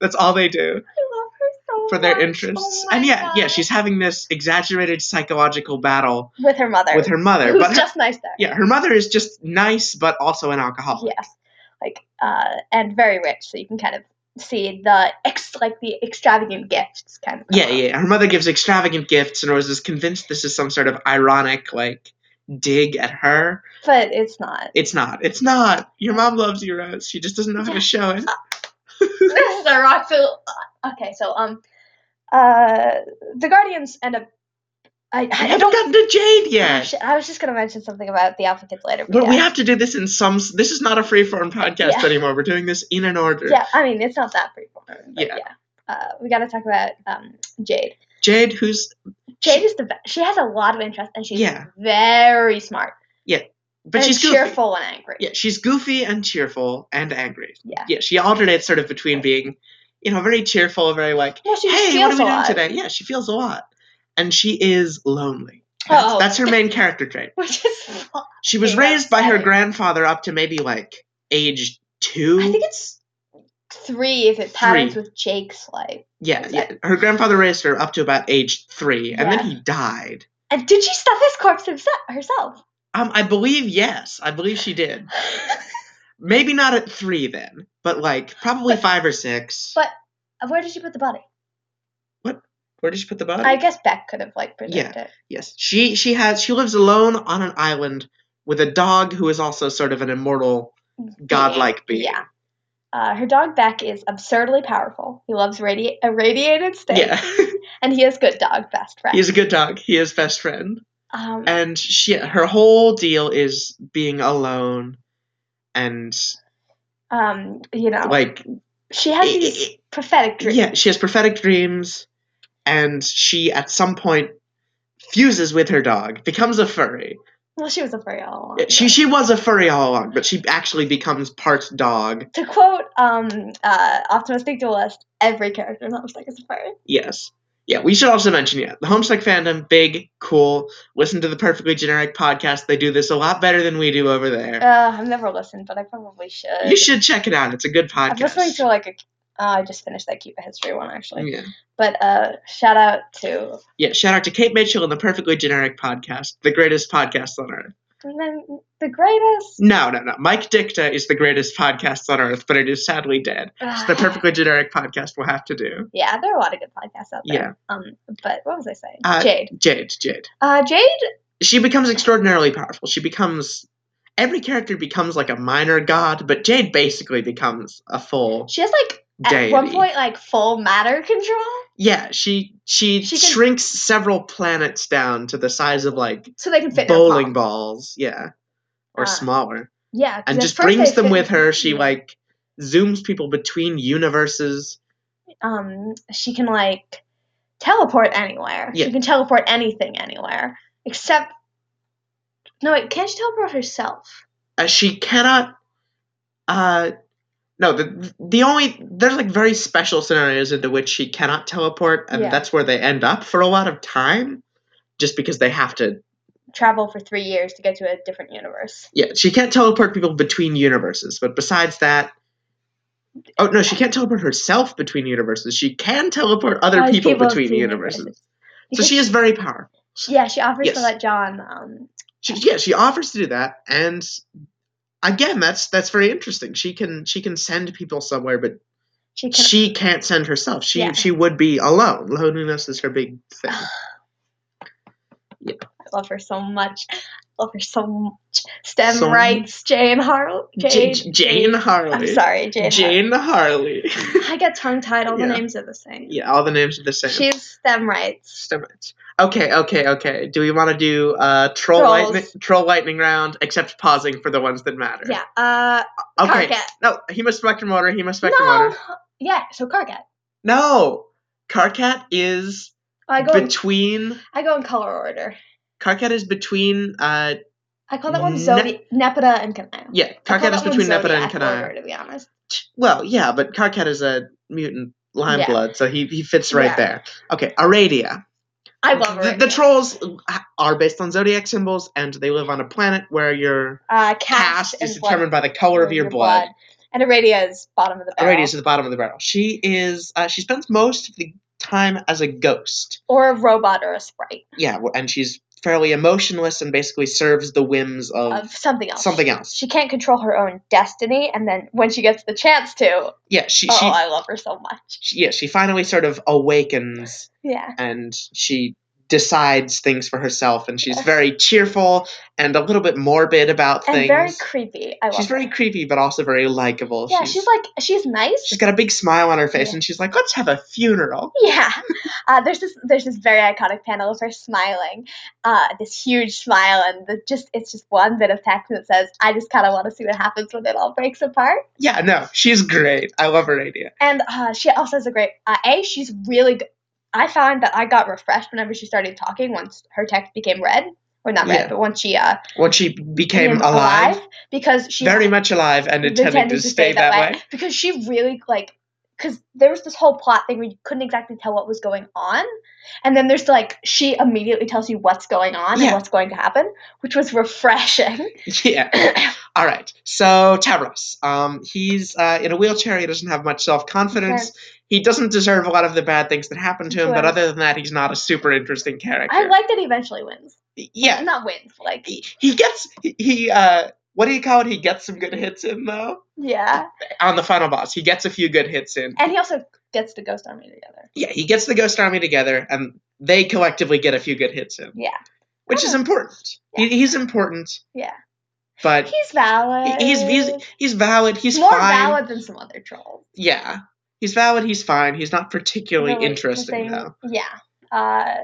S2: That's all they do
S1: I love her so
S2: for their
S1: much.
S2: interests.
S1: Oh my
S2: and yeah, yeah,
S1: God.
S2: she's having this exaggerated psychological battle
S1: with her mother,
S2: with her mother.
S1: who's
S2: But her,
S1: just nice there.
S2: yeah, her mother is just nice, but also an alcoholic.
S1: Yes, like uh, and very rich, so you can kind of see the ex like the extravagant gifts kind of. come
S2: Yeah,
S1: out.
S2: yeah. Her mother gives extravagant gifts, and Rose is convinced this is some sort of ironic, like, dig at her.
S1: But it's not.
S2: It's not. It's not. Your mom loves you, Rose. She just doesn't know how
S1: Yeah.
S2: to show it.
S1: this is a rock fill- Okay, so um, uh, the Guardians end up. I
S2: I
S1: I, I
S2: haven't
S1: don't.
S2: gotten to Jade
S1: Oh,
S2: yet.
S1: shit, I was just gonna mention something about the Alpha Kids later.
S2: Well,
S1: yeah.
S2: we have to do this in some. s- This is not a freeform podcast
S1: Yeah.
S2: anymore. We're doing this in an order.
S1: yeah, I mean it's not that freeform. but
S2: Yeah.
S1: yeah. Uh, we gotta talk about um, Jade.
S2: Jade, who's
S1: Jade is the best. She has a lot of interest and she's
S2: Yeah.
S1: very smart.
S2: Yeah. But
S1: and
S2: she's goofy.
S1: cheerful and angry.
S2: Yeah, she's goofy and cheerful and angry.
S1: Yeah.
S2: Yeah, she alternates sort of between being, you know, very cheerful, very like,
S1: Yeah, she just
S2: hey, what
S1: feels
S2: are we
S1: a
S2: doing
S1: lot.
S2: today? Yeah, she feels a lot. And she is lonely. That's,
S1: Oh.
S2: that's her main character trait.
S1: Which is,
S2: She was
S1: Yeah,
S2: raised by her
S1: upsetting.
S2: grandfather up to maybe like age two.
S1: I think it's three if it patterns with Jake's like.
S2: yeah, yeah. Her grandfather raised her up to about age three, and then
S1: Yeah.
S2: he died.
S1: And did she stuff his corpse himself herself?
S2: Um, I believe yes. I believe she did. Maybe not at three then, but like probably
S1: But-
S2: five or six.
S1: but- Where did she put the body?
S2: Where did she put the body?
S1: I guess Beck could have like predicted it.
S2: Yes, she she has she lives alone on an island with a dog who is also sort of an immortal godlike being.
S1: Yeah. Uh, her dog Beck is absurdly powerful. He loves radi- irradiated steaks,
S2: Yeah.
S1: and he is good dog best friend.
S2: he is a good Uh, dog. He is best friend.
S1: um,
S2: And she her whole deal is being alone and
S1: um, you know,
S2: like
S1: she has
S2: i- i-
S1: these
S2: i-
S1: prophetic dreams.
S2: yeah, she has prophetic dreams and she at some point fuses with her dog, becomes a furry.
S1: Well, she was a furry all along.
S2: Yeah, She she was a furry all along, but she actually becomes part dog.
S1: to quote um, uh, optimistic dualist, every character in Homestuck is a furry.
S2: Yes. Yeah, we should also mention, yeah, the Homestuck fandom, big, cool. Listen to the Perfectly Generic podcast. They do this a lot better than we do over there.
S1: Uh, I've never listened, but I probably should.
S2: you should check it out. It's a good
S1: I'm
S2: podcast.
S1: listening to like a. Oh, I just finished that Cuba history one actually.
S2: Oh, yeah.
S1: But uh, shout out to
S2: yeah, shout out to Kate Mitchell and the Perfectly Generic podcast, the greatest podcast on earth.
S1: and then the greatest.
S2: No, no, no. Mike Dicta is the greatest podcast on earth, but it is sadly dead. So the Perfectly Generic podcast will have to do.
S1: Ah. Yeah, there are a lot of good podcasts out there. Um, but what was I saying?
S2: Uh,
S1: Jade.
S2: Jade, Jade.
S1: Uh, Jade.
S2: she becomes extraordinarily powerful. She becomes every character becomes like a minor god, but Jade basically becomes a full
S1: She has like at
S2: deity.
S1: one point like full matter control
S2: yeah, she she,
S1: She can-
S2: shrinks several planets down to the size of like
S1: so they can fit in her
S2: bowling
S1: palm.
S2: balls, yeah,
S1: Ah.
S2: or smaller,
S1: Yeah, 'cause
S2: and
S1: at
S2: just
S1: first
S2: brings
S1: they
S2: them
S1: fit-
S2: with her. She
S1: yeah.
S2: like zooms people between universes.
S1: um she can like teleport anywhere.
S2: Yeah.
S1: She can teleport anything anywhere except. No wait, can't she teleport herself?
S2: Uh, she cannot. Uh, no, the the only there's like very special scenarios into which she cannot teleport, and
S1: Yeah.
S2: that's where they end up for a lot of time, just because they have to.
S1: Travel for three years to get to a different universe.
S2: Yeah, she can't teleport people between universes, but besides that. Oh no, she can't teleport herself between universes. She can teleport other
S1: Uh,
S2: people, between
S1: do
S2: universes. So
S1: Because
S2: she is very powerful.
S1: she- yeah, she offers to
S2: Yes.
S1: let John um
S2: She, yeah, she offers to do that, and again, that's that's very interesting. She can she can send people somewhere, but
S1: she can
S2: she can't send herself. She
S1: Yeah.
S2: she would be alone. Loneliness is her big thing.
S1: I love her so much. Love her so much. STEM
S2: So
S1: rights, Jane Harlow.
S2: J-
S1: Jade.
S2: J- Jane Harley.
S1: I'm sorry, Jade. Har-
S2: Jane Harley.
S1: I get tongue tied. All
S2: Yeah.
S1: the names are the same.
S2: yeah, all the names are the same.
S1: She's STEM rights.
S2: So much. Okay, okay, okay. Do we want to do uh, troll
S1: Trolls.
S2: lightning troll lightning round? Except pausing for the ones that matter.
S1: Yeah. Uh,
S2: Okay.
S1: Carcat.
S2: No, he must spectrum water. He must
S1: No.
S2: spectrum water.
S1: Yeah. So Carcat.
S2: No, Carcat is
S1: I go. in-
S2: between.
S1: I go in color order.
S2: Carcat is between. Uh,
S1: I call that one
S2: Ne-
S1: Zodi- Nepeta and Kanaya.
S2: yeah,
S1: I call
S2: Carcat is
S1: that one
S2: between Nepeta and
S1: Zodiac
S2: Kanaya.
S1: Order, to be honest.
S2: Well, yeah, but Karkat is a mutant lime
S1: Yeah.
S2: blood, so he, he fits right
S1: Yeah.
S2: there. Okay, Aradia.
S1: I love her.
S2: The, the trolls are based on zodiac symbols, and they live on a planet where your
S1: uh, cast,
S2: caste
S1: and
S2: is determined by the color of your blood.
S1: And Aradia is bottom of the barrel.
S2: Aradia is at the bottom of the barrel. She is uh, she spends most of the time as a ghost.
S1: or a robot or a sprite
S2: Yeah, w- and she's fairly emotionless and basically serves the whims of,
S1: of something else.
S2: Oh, something else.
S1: she can't control her own destiny and then when she gets the chance to oh
S2: Yeah, she, she,
S1: i love her so much
S2: she yeah she finally sort of awakens
S1: yeah
S2: and she decides things for herself and she's
S1: Yes.
S2: very cheerful and a little bit morbid about
S1: and
S2: things.
S1: very creepy i love
S2: she's very
S1: her.
S2: creepy but also very likable.
S1: yeah she's, like she's nice
S2: she's got a big smile on her face
S1: Yeah.
S2: and she's like, "Let's have a funeral."
S1: yeah uh, there's this there's this very iconic panel of her smiling uh, this huge smile and the just it's just one bit of text that says i just kind of want to see what happens when it all breaks apart
S2: Yeah, no, she's great. I love her idea.
S1: and uh, she also has a great uh, a she's really good i found that i got refreshed whenever she started talking once her text became red or not met,
S2: Yeah.
S1: but once she uh,
S2: When she became
S1: became
S2: alive,
S1: because she
S2: very much alive, and intended to, stay that way.
S1: because she really like because there was this whole plot thing where you couldn't exactly tell what was going on and then there's like she immediately tells you what's going on
S2: Yeah.
S1: and what's going to happen which was refreshing
S2: Yeah. All right. So Tavros, um, he's uh, in a wheelchair. He doesn't have much self confidence. He doesn't deserve a lot of the bad things that happen to him. But
S1: Sure.
S2: other than that, he's not a super interesting character.
S1: i like that he eventually wins
S2: yeah.
S1: not wins but, like
S2: He, he gets he, he uh, what do you call it? He gets some good hits in though
S1: yeah
S2: on the final boss. He gets a few good hits in.
S1: and he also gets the ghost army together
S2: Yeah, he gets the Ghost Army together, and they collectively get a few good hits in,
S1: yeah
S2: which is
S1: Oh.
S2: important. He, he's important,
S1: yeah
S2: but
S1: he's valid
S2: he- he's he's he's valid. He's
S1: more
S2: fine.
S1: valid than some other trolls
S2: Yeah, he's valid. He's fine. He's not particularly
S1: Really
S2: interesting though.
S1: yeah uh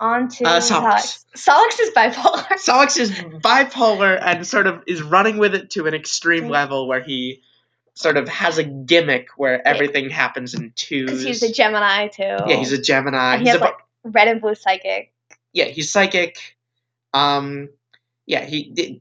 S1: on to
S2: Uh, Solix.
S1: Solix. Solix is bipolar.
S2: Solix is
S1: Mm-hmm.
S2: bipolar and sort of is running with it to an extreme
S1: Mm.
S2: level where he sort of has a gimmick where everything happens in
S1: Because
S2: twos.
S1: he's a Gemini too.
S2: yeah, he's a Gemini.
S1: And he
S2: he's
S1: has,
S2: a bi-
S1: like, red and blue psychic.
S2: yeah, he's psychic. Um, yeah, he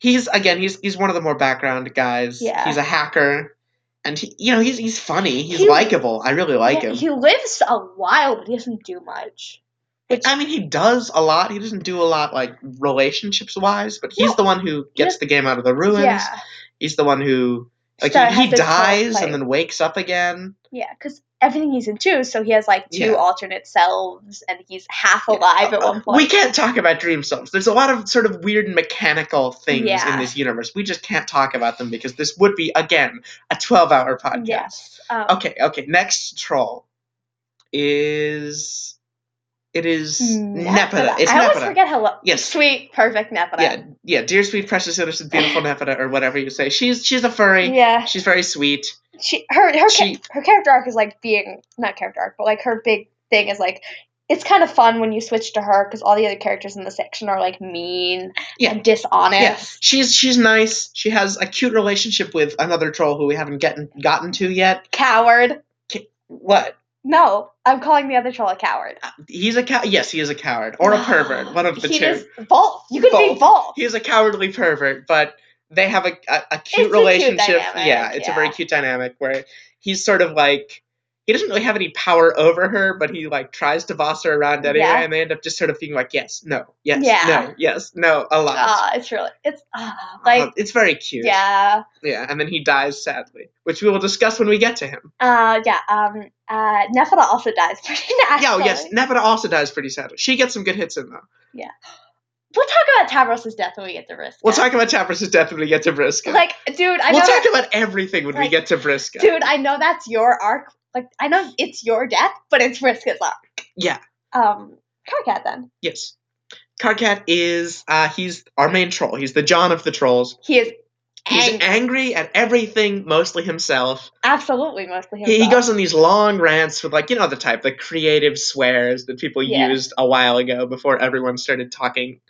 S2: he's again he's he's one of the more background guys.
S1: Yeah.
S2: he's a hacker, and he, you know he's he's funny. He's
S1: He-
S2: likable. I really like
S1: Yeah,
S2: him.
S1: He lives a while, but he doesn't do much. Which
S2: I mean, he does a lot. He doesn't do a lot like relationships wise, but he's
S1: No.
S2: the one who gets the game out of the ruins.
S1: yeah,
S2: He's the one who like
S1: So it
S2: he,
S1: has
S2: he
S1: this whole,
S2: dies
S1: like-
S2: and then wakes up again.
S1: yeah, because everything he's in two, so he has like two
S2: Yeah. uh,
S1: alternate selves, and he's half alive at one point.
S2: We can't talk about dream selves. There's a lot of sort of weird mechanical things in
S1: Yeah.
S2: this universe. We just can't talk about them because this would be again a 12-hour podcast.
S1: yes. Um,
S2: Okay, okay. Next troll is it is Nepeta. It's
S1: Hmm, mm, I always
S2: Nepeta.
S1: forget how lo-
S2: Yes.
S1: sweet, perfect Nepeta.
S2: Yeah, yeah. Dear sweet precious innocent beautiful Nepeta or whatever you say. She's she's a furry.
S1: Yeah,
S2: She's very sweet.
S1: she her her,
S2: She-
S1: cha- her character arc is like being not character arc, but like her big thing is like it's kind of fun when you switch to her because all the other characters in the section are like mean
S2: Yeah.
S1: and dishonest.
S2: Yes, she's she's nice. She has a cute relationship with another troll who we haven't gotten gotten to yet.
S1: Coward.
S2: What?
S1: No, I'm calling the other troll a coward.
S2: He's a cow. Yes, he is a coward Uh, or a pervert. One of the
S1: he
S2: two.
S1: Is both. You could be
S2: Both.
S1: both.
S2: He is a cowardly pervert, but they have a a, a cute
S1: It's a cute
S2: relationship.
S1: dynamic,
S2: yeah, it's a very
S1: yeah.
S2: cute dynamic where he's sort of like he doesn't really have any power over her, but he like tries to boss her around anyway,
S1: Yeah.
S2: and they end up just sort of being like yes, no, yes,
S1: Yeah.
S2: no, yes, no, a lot. Um,
S1: Ah, it's really it's ah like
S2: it's very cute.
S1: yeah.
S2: Yeah, and then he dies sadly, which we will discuss when we get to him.
S1: Uh yeah, um uh Nefida also dies pretty naturally.
S2: Yeah, oh, yes, Nepeta also dies pretty sadly. She gets some good hits in though.
S1: We'll talk about Tavros's death when we get to risk.
S2: We'll talk about Tapper's death when we get to Briska.
S1: like dude, I
S2: we'll
S1: know that-
S2: talk about everything when we
S1: like,
S2: get to Briska.
S1: Dude, I know that's your arc. Like, I know it's your death, but it's Riska's arc.
S2: Yeah.
S1: Um, Carcat then.
S2: Yes. Carcat is uh he's our main troll. He's the John of the trolls.
S1: He is
S2: He's
S1: ang-
S2: angry at everything, mostly himself.
S1: absolutely mostly himself.
S2: He, he goes on these long rants with like you know the type, the creative swears that people
S1: Yeah.
S2: used a while ago before everyone started talking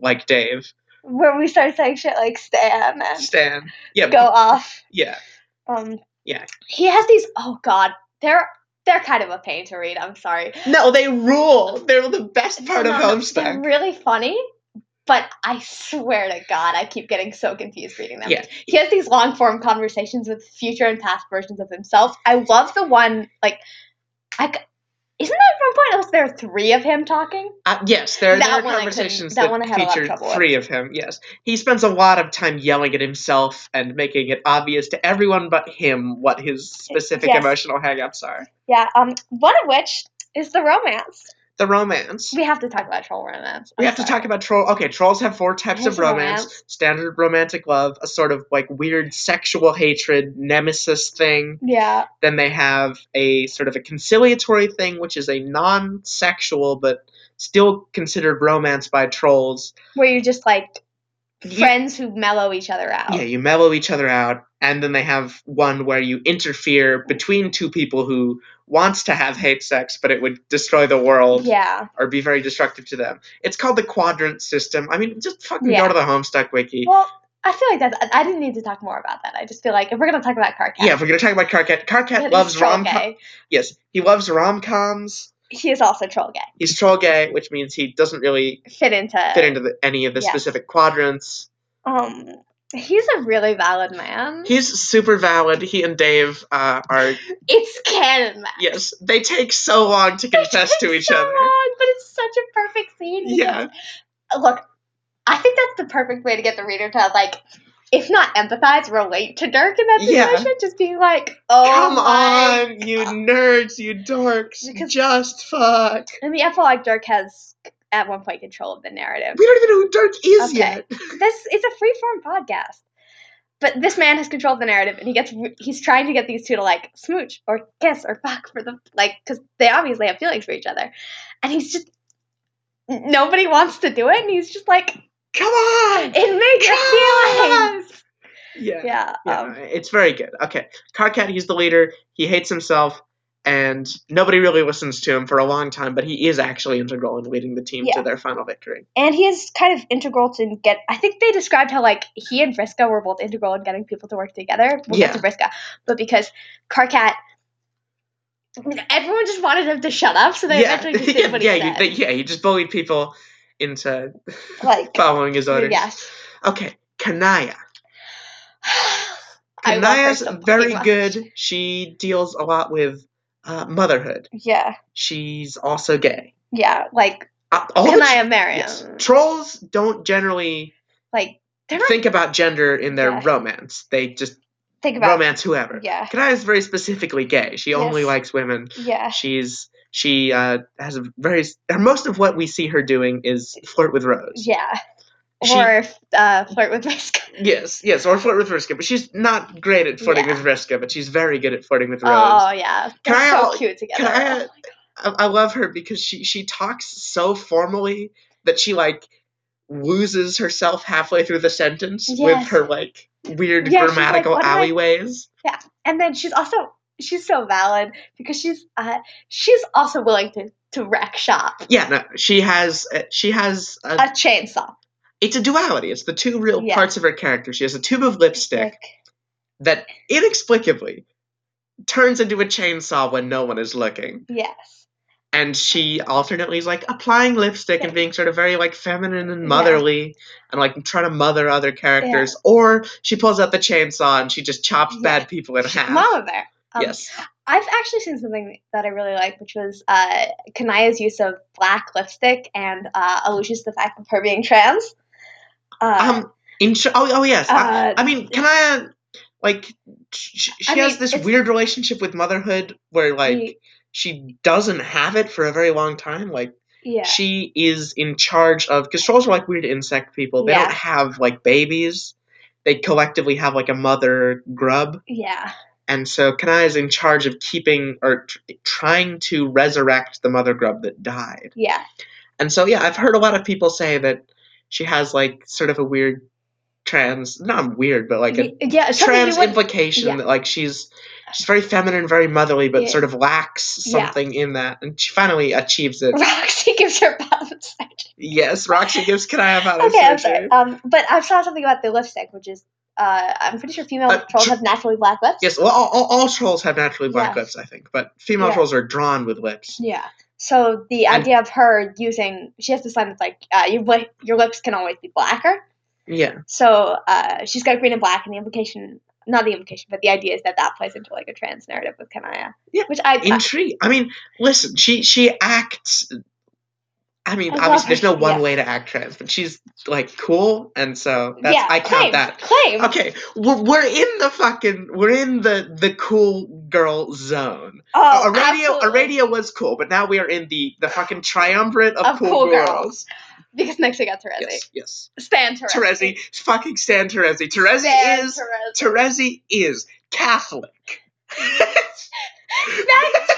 S2: like Dave.
S1: where we start saying shit like Stan and
S2: Stan. Yeah.
S1: go off.
S2: Yeah.
S1: Um,
S2: Yeah.
S1: He has these. Oh God, they're they're kind of a pain to read. I'm sorry.
S2: No, they rule. They're the best part of
S1: They're not- They're
S2: Homestuck.
S1: Um, really funny. But I swear to God, I keep getting so confused reading them.
S2: Yeah.
S1: He has these long form conversations with future and past versions of himself. I love the one, like, I, c- isn't that at one point else there are three of him talking?
S2: Uh, yes, there, there
S1: That
S2: are
S1: one I couldn't-
S2: conversations
S1: that
S2: that,
S1: one I had a lot of
S2: feature
S1: trouble with.
S2: three of him. Yes, he spends a lot of time yelling at himself and making it obvious to everyone but him what his specific
S1: Yes.
S2: emotional hang-ups are.
S1: Yeah, um, one of which is the romance.
S2: The romance.
S1: We have to talk about troll romance.
S2: We
S1: I'm
S2: have to
S1: sorry.
S2: talk about troll. Okay, trolls have four types of
S1: There's
S2: romance.
S1: romance.
S2: Standard romantic love, a sort of like weird sexual hatred nemesis thing.
S1: Yeah,
S2: Then they have a sort of a conciliatory thing, which is a non-sexual but still considered romance by trolls.
S1: where you're just like
S2: You-
S1: friends who mellow each other out.
S2: Yeah, you mellow each other out, and then they have one where you interfere between two people who wants to have hate sex, but it would destroy the world
S1: Yeah.
S2: or be very destructive to them. It's called the quadrant system. I mean, just fucking go
S1: Yeah.
S2: to the Homestuck wiki.
S1: Well, I feel like that's. I didn't need to talk more about that. I just feel like if we're gonna talk about Carcat,
S2: yeah, if we're gonna talk about Carcat, Carcat
S1: that is
S2: loves
S1: troll
S2: rom.
S1: gay.
S2: Yes, he loves rom coms.
S1: He is also troll gay.
S2: He's troll gay, which means he doesn't really
S1: Fit into.
S2: fit into the, any of the
S1: Uh, Yeah.
S2: specific quadrants.
S1: Um, he's a really valid man.
S2: He's super valid. He and Dave uh, are
S1: it's canon, man.
S2: yes. They take so long to confess to each
S1: so
S2: other.
S1: Long, but it's such a perfect scene. because-
S2: Yeah.
S1: Look, I think that's the perfect way to get the reader to like, if not empathize, relate to Dirk in that
S2: Yeah.
S1: situation. Just being like, oh
S2: Come
S1: my
S2: on, you nerds, you dorks,
S1: Because-
S2: just fuck.
S1: In the epilogue, Dirk has at one point control of the narrative.
S2: We don't even know who Dirk is
S1: Okay.
S2: yet.
S1: This it's a free form podcast, but this man has control of the narrative, and he gets re- he's trying to get these two to like smooch or kiss or fuck for the like because they obviously have feelings for each other, and he's just nobody wants to do it, and he's just like
S2: Come on.
S1: it makes feelings.
S2: Yeah.
S1: Yeah,
S2: Yeah,
S1: um,
S2: it's very good. Okay. Carcat, he's the leader. He hates himself, and nobody really listens to him for a long time, but he is actually integral in leading the team
S1: Yeah.
S2: to their final victory.
S1: and he is kind of integral to get. I think they described how like he and Vriska were both integral in getting people to work together. We'll
S2: Yeah.
S1: get to Vriska, but because Carcat, everyone just wanted him to shut up, so they
S2: yeah.
S1: eventually just did what he
S2: yeah,
S1: said.
S2: You, yeah, he just bullied people into
S1: like
S2: following his orders.
S1: yes,
S2: Okay. Kanaya.
S1: I love her
S2: Kanaya's
S1: so fucking
S2: very
S1: much.
S2: good. She deals a lot with uh, motherhood.
S1: Yeah,
S2: She's also gay.
S1: yeah, like
S2: Uh, all the
S1: Kanaya Mariam.
S2: Yes. Trolls don't generally
S1: Like they're not
S2: think about gender in their
S1: Yeah.
S2: romance. They just
S1: think about
S2: romance whoever.
S1: yeah,
S2: Kanaya is very specifically gay. She only
S1: Yes.
S2: likes women.
S1: yeah,
S2: She's she uh, has a very her most of what we see her doing is flirt with Rose.
S1: yeah,
S2: She-
S1: or uh, flirt with Risk.
S2: Yes, yes, or flirt with Vriska, but she's not great at flirting
S1: Yeah.
S2: with Vriska, but she's very good at flirting with Rose.
S1: Oh yeah, they're
S2: Kanaya-
S1: so cute together.
S2: Kanaya, I, I love her because she she talks so formally that she like loses herself halfway through the sentence with
S1: Yes.
S2: her like weird
S1: Yeah, she's like,
S2: grammatical
S1: "What am I-"
S2: alleyways.
S1: and then she's also she's so valid because she's uh she's also willing to to wreck shop
S2: Yeah, no, she has uh, she has a,
S1: a chainsaw.
S2: it's a duality. It's the two real
S1: Yeah.
S2: parts of her character. She has a tube of lipstick
S1: Like,
S2: that inexplicably turns into a chainsaw when no one is looking.
S1: yes.
S2: And she alternately is like applying lipstick and being sort of very like feminine and motherly and like trying to mother other characters. Or she pulls out the chainsaw and she just chops
S1: Yeah.
S2: bad people in half.
S1: Mama Bear. Um,
S2: yes.
S1: I've actually seen something that I really like, which was uh, Kanaya's use of black lipstick and uh, allusions to the fact of her being trans. Uh,
S2: Um. In sh- oh, oh yes. I-
S1: uh,
S2: I mean, can I uh, like she, she
S1: I
S2: has
S1: mean,
S2: this
S1: it's-
S2: weird relationship with motherhood where like
S1: Ye-
S2: she doesn't have it for a very long time. Like
S1: yeah.
S2: she is in charge of because trolls are like weird insect people. They
S1: Yeah.
S2: don't have like babies. They collectively have like a mother grub,
S1: yeah.
S2: and so Kanai is in charge of keeping or tr- trying to resurrect the mother grub that died.
S1: Yeah.
S2: And so yeah, I've heard a lot of people say that she has like sort of a weird trans, not weird, but like a
S1: Y- yeah. uh, something you
S2: trans
S1: wouldn't-
S2: implication
S1: yeah.
S2: that like she's she's very feminine, very motherly, but
S1: Yeah.
S2: sort of lacks
S1: Yeah.
S2: something in that, and she finally achieves it.
S1: Roxy gives her pop
S2: Yes, Roxy gives can I have out
S1: Okay, I'm sorry. Um, but I saw something about the lipstick, which is uh, I'm pretty sure female
S2: Uh,
S1: trolls
S2: tr-
S1: have naturally black lips.
S2: Yes, well, all, all, all trolls have naturally black
S1: Yeah.
S2: lips, I think, but female
S1: Yeah.
S2: trolls are drawn with lips.
S1: Yeah. So the
S2: And-
S1: idea of her using she has this line that's like uh, your lip, your lips can always be blacker.
S2: Yeah,
S1: So uh, she's got green and black, and the implication not the implication, but the idea is that that plays into like a trans narrative with Kanaya.
S2: Yeah.
S1: Which I
S2: intrigue. I mean, listen, she she acts. I mean,
S1: I love
S2: obviously,
S1: her.
S2: there's no one
S1: Yeah.
S2: way to act trans, but she's like cool, and so that's I count
S1: claim,
S2: that.
S1: claim.
S2: Okay, we're, we're in the fucking we're in the the cool girl zone.
S1: Oh,
S2: a radio a
S1: absolutely.
S2: radio was cool, but now we are in the the fucking triumvirate of,
S1: Of
S2: cool,
S1: cool
S2: girls.
S1: Because next we got Terezi.
S2: Yes, yes.
S1: Stan Terezi.
S2: Terezi, fucking Stan Terezi. Terezi
S1: Stan
S2: is
S1: Terezi.
S2: Terezi is Catholic.
S1: Next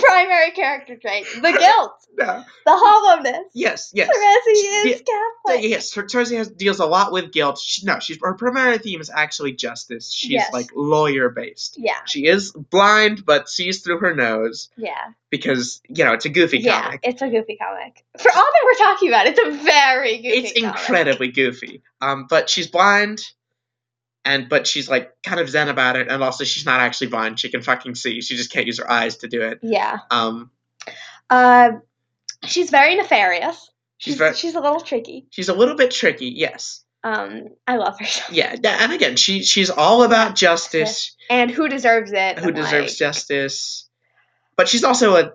S1: primary character trait. The guilt.
S2: No.
S1: The hollowness.
S2: Yes, yes.
S1: Terezi is Catholic.
S2: Yes, Ter- Terezi has, deals a lot with guilt. She, no, she's her primary theme is actually justice. She's
S1: Yes.
S2: like lawyer based.
S1: Yeah,
S2: She is blind but sees through her nose
S1: yeah.
S2: because you know it's a goofy
S1: yeah,
S2: comic.
S1: it's a goofy comic. For all that we're talking about, it's a very goofy
S2: it's
S1: comic.
S2: incredibly goofy. Um, but she's blind, and but she's like kind of zen about it, and also she's not actually blind. She can fucking see. She just can't use her eyes to do it.
S1: Yeah.
S2: Um,
S1: Uh, she's very nefarious.
S2: She's very,
S1: she's a little tricky.
S2: she's a little bit tricky. Yes.
S1: Um, I love her. so-
S2: Yeah. tha- And again, she she's all about justice.
S1: And who deserves it?
S2: Who
S1: and,
S2: deserves
S1: like,
S2: justice? But she's also a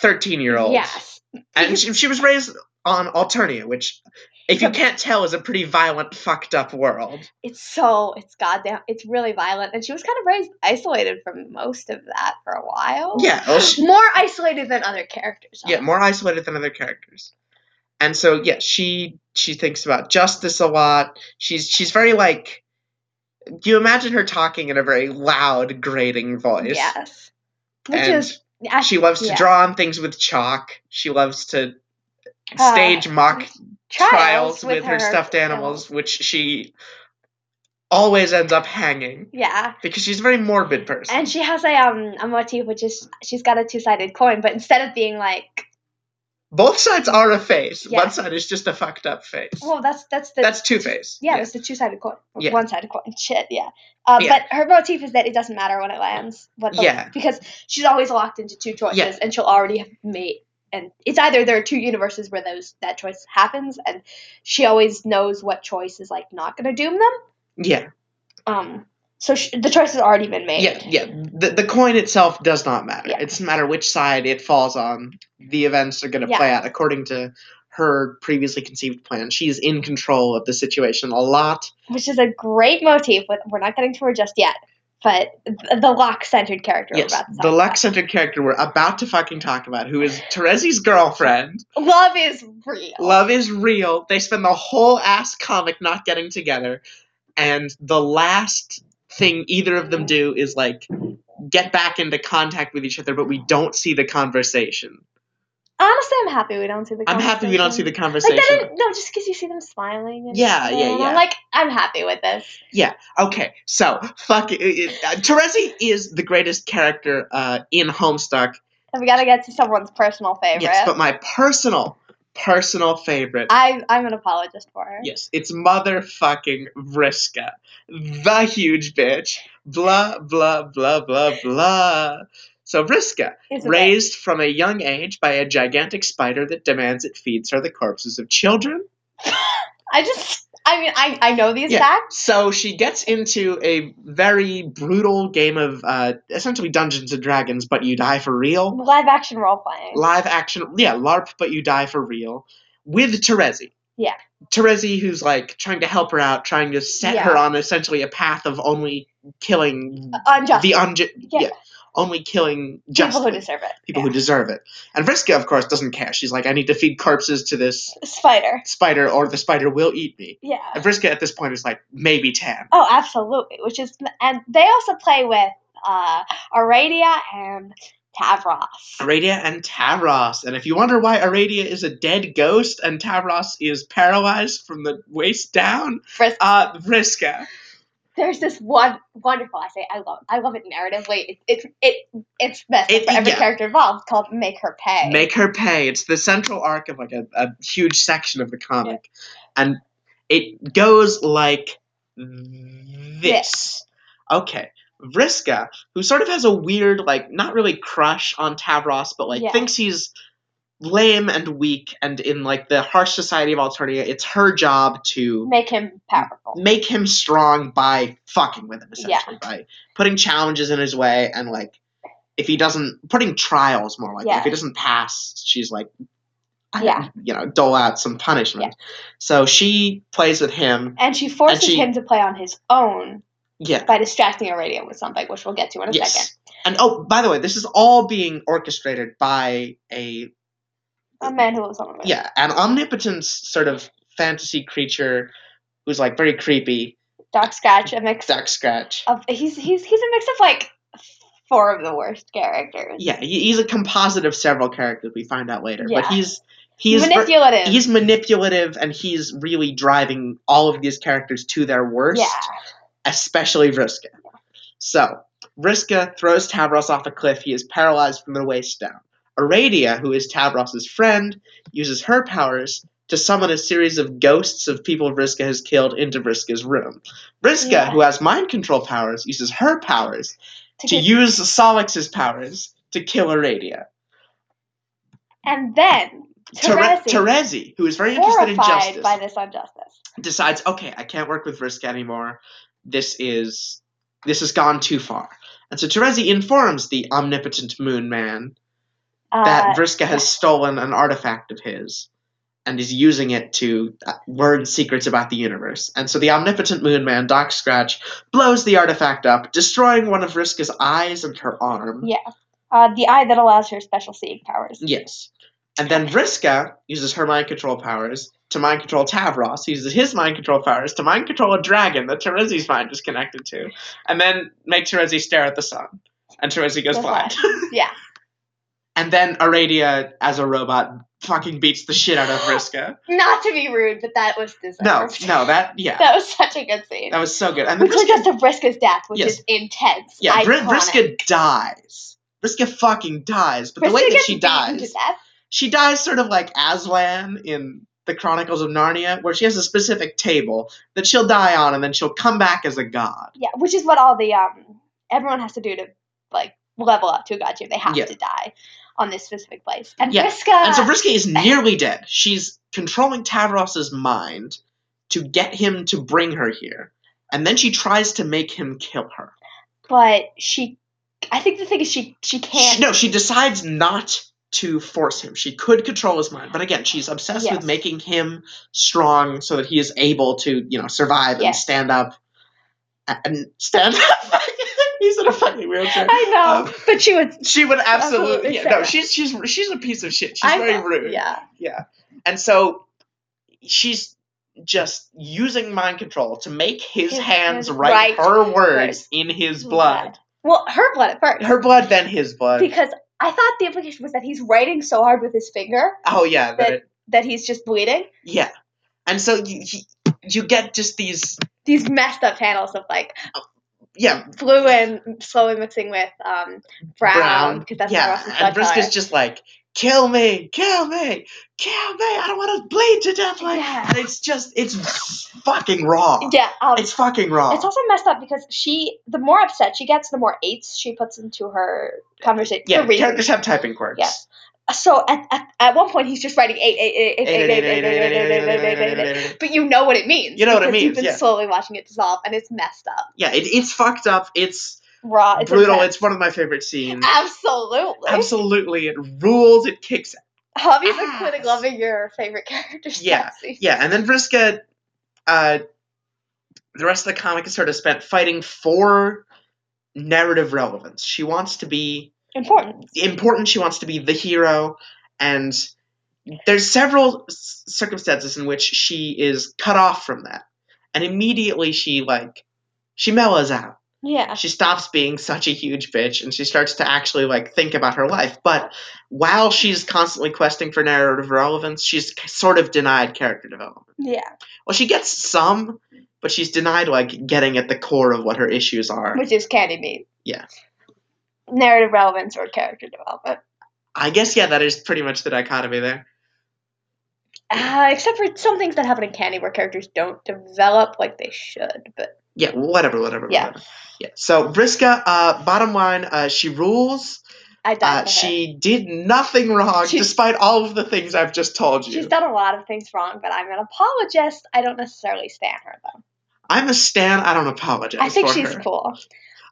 S2: thirteen year old.
S1: Yes.
S2: And she, she was raised on Alternia, which, if you can't tell, is a pretty violent, fucked up world.
S1: It's so it's goddamn it's really violent, and she was kind of raised isolated from most of that for a while.
S2: Yeah. well, she-
S1: more isolated than other characters. are.
S2: yeah more isolated than other characters and so yeah she she thinks about justice a lot she's she's very like you imagine her talking in a very loud grating voice
S1: Yes. Which
S2: and
S1: is I-
S2: she loves to
S1: yeah.
S2: draw on things with chalk she loves to
S1: Uh,
S2: stage mock trials, with, her, stuffed animals which she always ends up hanging
S1: Yeah,
S2: because she's a very morbid person
S1: and she has a um a motif which is she's got a two sided coin, but instead of being like,
S2: both sides are a face
S1: Yeah.
S2: one side is just a fucked up face
S1: well, that's that's the
S2: that's two face
S1: yeah, that's the two sided coin,
S2: Yeah.
S1: one sided coin, shit, yeah. Uh,
S2: Yeah.
S1: But her motif is that it doesn't matter when it lands, what the,
S2: Yeah.
S1: because she's always locked into two choices,
S2: Yeah.
S1: and she'll already have made. And it's either there are two universes where those that choice happens, and she always knows what choice is like not going to doom them.
S2: yeah
S1: Um, so sh the choice has already been made.
S2: Yeah, yeah. The, the coin itself does not matter.
S1: Yeah.
S2: It doesn't matter which side it falls on. The events are going to
S1: Yeah.
S2: play out according to her previously conceived plan. She's in control of the situation a lot.
S1: which is a great motif. But we're not getting to her just yet. But th- the lock-centered character. we're
S2: yes,
S1: about to talk
S2: the
S1: about.
S2: Lex centered character we're about to fucking talk about, who is Terezi's girlfriend.
S1: Love is real.
S2: Love is real. They spend the whole ass comic not getting together, and the last thing either of them do is like get back into contact with each other, but we don't see the conversation.
S1: Honestly, I'm happy we don't see the.
S2: I'm happy we don't see the
S1: Like
S2: conversation.
S1: that didn't, no, just because you see them smiling. And
S2: Yeah, yeah,
S1: and
S2: yeah.
S1: I'm like, I'm happy with this.
S2: okay, so fuck it. it- uh, Terezi is the greatest character uh, in Homestuck.
S1: And we gotta get to someone's personal favorite.
S2: Yes, but my personal, personal favorite.
S1: I, I'm an apologist for her.
S2: yes, it's motherfucking Vriska, the huge bitch. Blah blah blah blah blah. So Vriska,
S1: It's a bit-
S2: raised from a young age by a gigantic spider that demands it feeds her the corpses of children.
S1: I just, I mean, I, I know these
S2: Yeah.
S1: facts.
S2: So she gets into a very brutal game of uh, essentially Dungeons and Dragons, but you die for real.
S1: Live action role playing.
S2: Live action, yeah, LARP, but you die for real with Terezi.
S1: Yeah.
S2: Terezi, who's like trying to help her out, trying to set her
S1: Yeah.
S2: on essentially a path of only killing
S1: Unjust.
S2: the unju- yeah.
S1: Yeah.
S2: only killing
S1: people who
S2: justly,
S1: deserve it.
S2: people who deserve it. And Vriska, of course, doesn't care. She's like, I need to feed corpses to this
S1: who. Spider.
S2: spider, or the spider will eat me.
S1: Yeah.
S2: And Vriska at this point is like, maybe ten.
S1: Oh, absolutely. Which is, and they also play with uh, Aradia and Tavros.
S2: Aradia and Tavros. And if you wonder why Aradia is a dead ghost and Tavros is paralyzed from the waist down,
S1: First,
S2: uh, Vriska.
S1: there's this one wonderful. I say I love. I love it narratively. It it, it it's best
S2: It-
S1: for every
S2: yeah.
S1: character involved. Called make her pay.
S2: Make her pay. It's the central arc of like a, a huge section of the comic. And it goes like this. Okay. Vriska, who sort of has a weird, like, not really crush on Tavros, but like
S1: Yeah.
S2: thinks he's lame and weak and in like the harsh society of Alternia, it's her job to
S1: make him powerful.
S2: make him strong by fucking with him
S1: Yeah.
S2: essentially by putting challenges in his way and like if he doesn't putting trials more like if he
S1: Yeah.
S2: doesn't pass she's like I-
S1: Yeah.
S2: you know dole out some punishment so she plays with him
S1: And she forces
S2: she-
S1: him to play on his own
S2: yeah
S1: by distracting Aradia with something, which we'll get to in a
S2: yes
S1: second.
S2: and oh by the way this is all being orchestrated by a
S1: A man who lives on the moon.
S2: yeah an omnipotent sort of fantasy creature who's like very creepy
S1: Doc Scratch, a mix
S2: duck scratch
S1: of he's he's he's a mix of like four of the worst characters.
S2: Yeah, he- he's a composite of several characters we find out later. But
S1: Yeah.
S2: he's he's ver-
S1: manipulative.
S2: he's manipulative and he's really driving all of these characters to their worst,
S1: yeah.
S2: especially Vriska. So, Vriska throws Tavros off a cliff. He is paralyzed from the waist down. Aradia, who is Tavros' friend, uses her powers to summon a series of ghosts of people Vriska has killed into Vriska's room. Vriska,
S1: Yeah.
S2: who has mind control powers, uses her powers
S1: To
S2: to
S1: get-
S2: use Solix's powers to kill Aradia.
S1: And then
S2: Tere-
S1: Terezi,
S2: Terezi, who is very interested in
S1: horrified
S2: justice,
S1: by this injustice,
S2: decides, okay, I can't work with Vriska anymore. This is this has gone too far. And so Terezi informs the omnipotent Moon Man
S1: uh,
S2: that Vriska has stolen an artifact of his and is using it to uh, learn secrets about the universe. And so the omnipotent moon man, Doc Scratch, blows the artifact up, destroying one of Vriska's eyes and her arm.
S1: Yeah. uh, the eye that allows her special seeing powers.
S2: Yes. And then Vriska uses her mind control powers to mind control Tavros, He uses his mind control powers to mind control a dragon that Terezi's mind is connected to, and then make Terezi stare at the sun. And Terezi goes
S1: Goes
S2: blind.
S1: Yeah.
S2: and then Aradia, as a robot, fucking beats the shit out of Vriska.
S1: Not to be rude, but that was
S2: No,
S1: deserved.
S2: no, that yeah,
S1: that was such a good scene.
S2: that was so good. And then
S1: Which leads
S2: Briska,
S1: us to Briska's death, which
S2: Yes.
S1: is intense.
S2: yeah, Br-
S1: iconic.
S2: Briska dies. Briska fucking dies. But the way
S1: Briska
S2: that
S1: gets
S2: she
S1: beaten to
S2: dies,
S1: death.
S2: she dies sort of like Aslan in the Chronicles of Narnia, where she has a specific table that she'll die on, and then she'll come back as a god.
S1: Yeah, which is what all the um everyone has to do to like level up to a god tier. They have
S2: Yeah.
S1: to die on this specific place. And
S2: Yeah,
S1: Briska
S2: And so Briska is nearly dead. She's controlling Tavros's mind to get him to bring her here, and then she tries to make him kill her.
S1: but she I think the thing is she she can't
S2: She, no, she decides not to force him. She could control his mind, but again, she's obsessed
S1: Yes.
S2: with making him strong so that he is able to, you know, survive and
S1: Yes.
S2: stand up. a- And stand up. He's in a fucking wheelchair.
S1: I know.
S2: Um,
S1: but she was
S2: She would absolutely.
S1: Absolutely
S2: yeah,
S1: fair.
S2: no, she's she's she's a piece of shit. She's
S1: I
S2: very
S1: know,
S2: rude.
S1: Yeah.
S2: Yeah. And so she's just using mind control to make his,
S1: His
S2: hands
S1: hands write
S2: write her words in his blood.
S1: Well, her blood at first.
S2: Her blood, then his blood.
S1: because I thought the implication was that he's writing so hard with his finger
S2: oh yeah, that
S1: that-
S2: it-
S1: that he's just bleeding.
S2: Yeah, and so you he- you get just these
S1: These messed up panels of like
S2: yeah
S1: blue and slowly mixing with um brown because that's
S2: yeah,
S1: Ross's blood
S2: and Briska's
S1: color.
S2: just like kill me, kill me, kill me. I don't want to bleed to death like.
S1: Yeah.
S2: And it's just it's fucking wrong.
S1: Yeah, um,
S2: It's fucking wrong.
S1: It's also messed up because she, the more upset she gets, the more eights she puts into her conversation.
S2: yeah,
S1: her reading.
S2: characters have typing quirks.
S1: Yeah. So at, at, at one point, he's just writing eight, eight, eight, eight, eight, eight, eight, eight, eight, eight, eight, eight, eight, eight, eight. But you know what it means.
S2: You know what
S1: because
S2: it means,
S1: You've been
S2: yeah.
S1: slowly watching it dissolve, and it's messed up.
S2: Yeah, it, it's fucked up. It's
S1: Raw. It's
S2: brutal.
S1: intense.
S2: It's one of my favorite scenes.
S1: absolutely.
S2: Absolutely, it rules. It kicks
S1: Hobbies and
S2: ass.
S1: quitting loving your favorite characters.
S2: Ah, Yeah,
S1: Nancy.
S2: Yeah, and then Vriska, uh, the rest of the comic is sort of spent fighting for narrative relevance. She wants to be
S1: Important.
S2: important. She wants to be the hero, and there's several s- circumstances in which she is cut off from that, and immediately she like she mellows out.
S1: Yeah.
S2: She stops being such a huge bitch, and she starts to actually like think about her life. But while she's constantly questing for narrative relevance, she's k- sort of denied character development.
S1: Yeah.
S2: Well, she gets some, but she's denied like getting at the core of what her issues are.
S1: Which is candy meat.
S2: Yeah.
S1: Narrative relevance or character development.
S2: I guess yeah, that is pretty much the dichotomy there.
S1: Uh, except for some things that happen in Candy where characters don't develop like they should. But
S2: Yeah, whatever, whatever,
S1: Yeah.
S2: whatever. Yeah. So Briska, uh, bottom line, uh, she rules.
S1: I die
S2: Uh,
S1: for her.
S2: she did nothing wrong,
S1: She-
S2: despite all of the things I've just told
S1: She's
S2: you.
S1: done a lot of things wrong, but I'm an apologist. I don't necessarily stand her though.
S2: I'm a stan. I don't apologize.
S1: I think
S2: for
S1: she's
S2: her. Uh-huh.
S1: cool.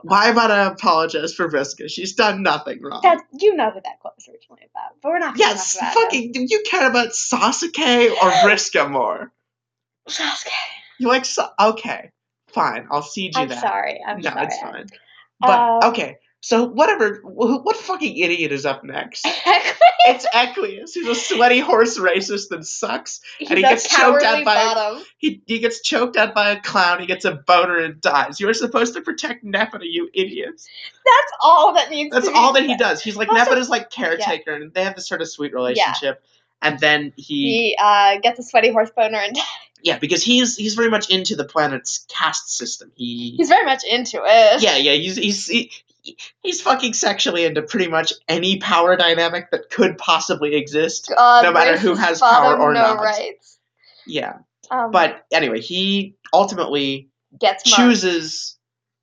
S2: Why about I apologize for Briska? She's done nothing wrong.
S1: That you know who that quote was originally about, but we're not. gonna
S2: yes,
S1: talk about
S2: fucking. Do you care about Sasuke or Briska more?
S1: it. Sasuke.
S2: You like Sa- okay, fine. I'll cede you
S1: I'm
S2: that.
S1: sorry. I'm
S2: no,
S1: sorry.
S2: it's fine. But
S1: Um,
S2: okay, so whatever. Wh- what fucking idiot is up next? it's Equius, who's a sweaty horse racist that sucks.
S1: He's
S2: And he
S1: a
S2: gets choked
S1: cowardly
S2: out by-
S1: bottom.
S2: He he gets choked out by a clown. He gets a boner and dies. You are supposed to protect Nepeta, you idiots.
S1: That's all that needs.
S2: That's
S1: to be
S2: all that he
S1: said.
S2: does. He's like
S1: Also-
S2: Nepeta's like caretaker, and they have this sort of sweet relationship. And then he,
S1: He uh, gets a sweaty horse boner, and
S2: yeah, because he's he's very much into the planet's caste system. He
S1: he's very much into it.
S2: yeah, yeah, he's he's he, he's fucking sexually into pretty much any power dynamic that could possibly exist.
S1: God,
S2: No matter who
S1: racist
S2: has
S1: bottom,
S2: power or
S1: no
S2: not.
S1: rights.
S2: Yeah,
S1: Um,
S2: but anyway, he ultimately
S1: gets marked.
S2: chooses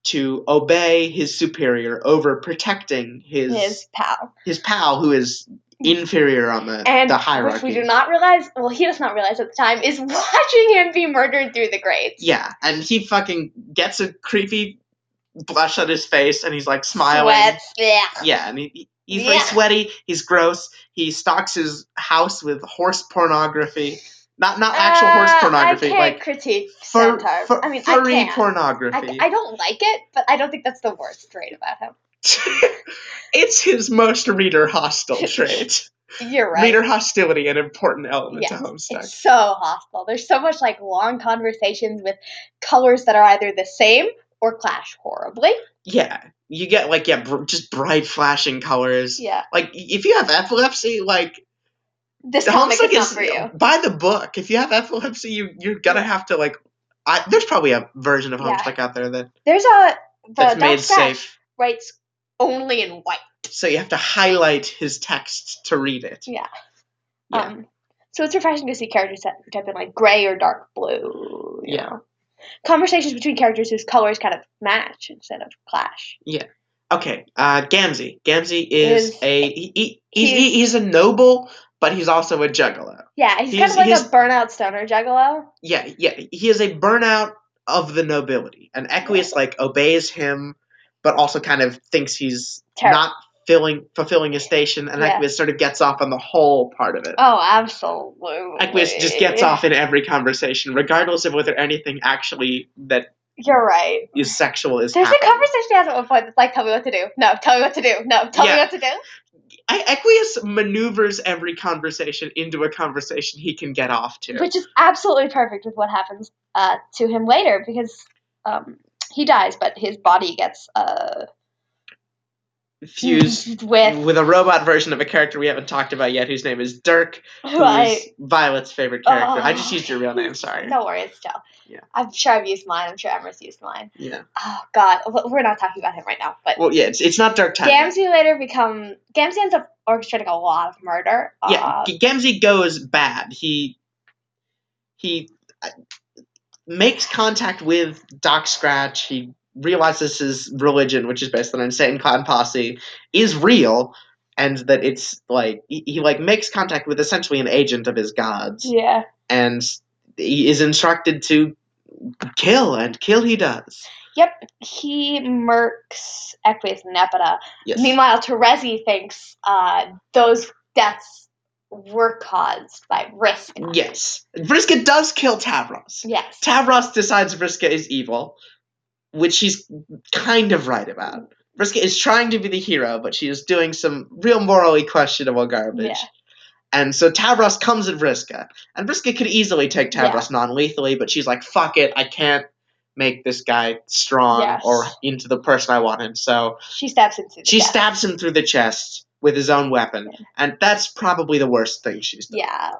S2: to obey his superior over protecting his
S1: his
S2: his,
S1: pal.
S2: pal, who is inferior on the,
S1: and
S2: the
S1: which
S2: hierarchy.
S1: we do not realize, well, he does not realize at the time, is watching him be murdered through the grades.
S2: Yeah, and he fucking gets a creepy blush on his face, and he's like smiling.
S1: Sweats, yeah.
S2: Yeah, and he, he's very
S1: Yeah.
S2: sweaty. He's gross. He stocks his house with horse pornography. Not not actual horse
S1: Uh,
S2: pornography,
S1: I can't
S2: like
S1: critique
S2: fur,
S1: centaur.
S2: fur-
S1: I mean, I
S2: furry
S1: can. I,
S2: pornography.
S1: I don't like it, but I don't think that's the worst trait about him.
S2: it's his most reader hostile trait.
S1: You're right.
S2: Reader hostility, an important element to
S1: Yes,
S2: Homestuck.
S1: It's so hostile. There's so much like long conversations with colors that are either the same or clash horribly.
S2: Yeah, you get like yeah, br- just bright flashing colors.
S1: Yeah.
S2: Like if you have epilepsy, like
S1: This
S2: The
S1: comic
S2: Homestuck
S1: is not
S2: is um,
S1: for you.
S2: by the book. If you have epilepsy, you you're gonna have to like. I, there's probably a version of
S1: Yeah.
S2: Homestuck out there that
S1: There's a the
S2: that's
S1: Doc
S2: made
S1: Savage
S2: safe,
S1: writes only in white.
S2: so you have to highlight his text to read it.
S1: Yeah.
S2: Yeah.
S1: Um, so it's refreshing to see characters that end up in like gray or dark blue. You
S2: Yeah.
S1: Know? Conversations between characters whose colors kind of match instead of clash.
S2: Okay, uh, Gamzee. Gamzee is,
S1: Is-
S2: a he, he, he's,
S1: he's-
S2: he, he's a noble, but he's also a juggalo.
S1: Yeah, he's, kind
S2: He's-
S1: of like
S2: he's-
S1: a burnout stoner juggalo.
S2: Yeah, yeah. He is a burnout of the nobility, and Equius like obeys him, but also kind of thinks he's
S1: Terrible.
S2: not filling fulfilling his station, and
S1: Yeah.
S2: Equius sort of gets off on the whole part of it.
S1: Oh, absolutely.
S2: Equus just gets off in every conversation, regardless of whether anything actually that
S1: You're right.
S2: is sexual is
S1: There's a
S2: happening.
S1: conversation he has at one point that's like, tell me what to do. No, tell me what to do. No, tell
S2: Yeah.
S1: me what to do.
S2: E- Equius maneuvers every conversation into a conversation he can get off to.
S1: Which is absolutely perfect with what happens uh, to him later because um, he dies, but his body gets uh,
S2: Fused
S1: with
S2: with a robot version of a character we haven't talked about yet, whose name is Dirk,
S1: who
S2: who
S1: I
S2: is Violet's favorite character. I just
S1: Oh.
S2: used your real name, sorry.
S1: No worries, Joe.
S2: Yeah.
S1: I'm sure I've used mine. I'm sure Emma's used mine.
S2: Yeah.
S1: Oh God, w- we're not talking about him right now. But
S2: Well, yeah, it's, it's not Dirk time.
S1: Gamzee later become Gamzee ends up orchestrating a lot of murder.
S2: yeah,
S1: Uh,
S2: G- Gamzee goes bad. He he uh, makes contact with Doc Scratch. He realizes his religion, which is based on insane clown posse, is real, and that it's like he, he like makes contact with essentially an agent of his gods,
S1: yeah.
S2: and he is instructed to kill, and kill he does.
S1: He murks Equius and Nepeta.
S2: Yes.
S1: Meanwhile, Terezi thinks uh, those deaths were caused by risk.
S2: yes. Brisket does kill Tavros.
S1: Yes.
S2: Tavros decides Vriska is evil, which she's kind of right about. Vriska is trying to be the hero, but she is doing some real morally questionable garbage.
S1: Yeah.
S2: And so Tavros comes at Vriska, and Vriska could easily take
S1: Yeah.
S2: Tavros non-lethally, but she's like, "Fuck it, I can't make this guy strong
S1: Yes.
S2: or into the person I want him." So
S1: she stabs him through the
S2: she
S1: chest.
S2: stabs him through the chest with his own weapon, and that's probably the worst thing she's done.
S1: Yeah.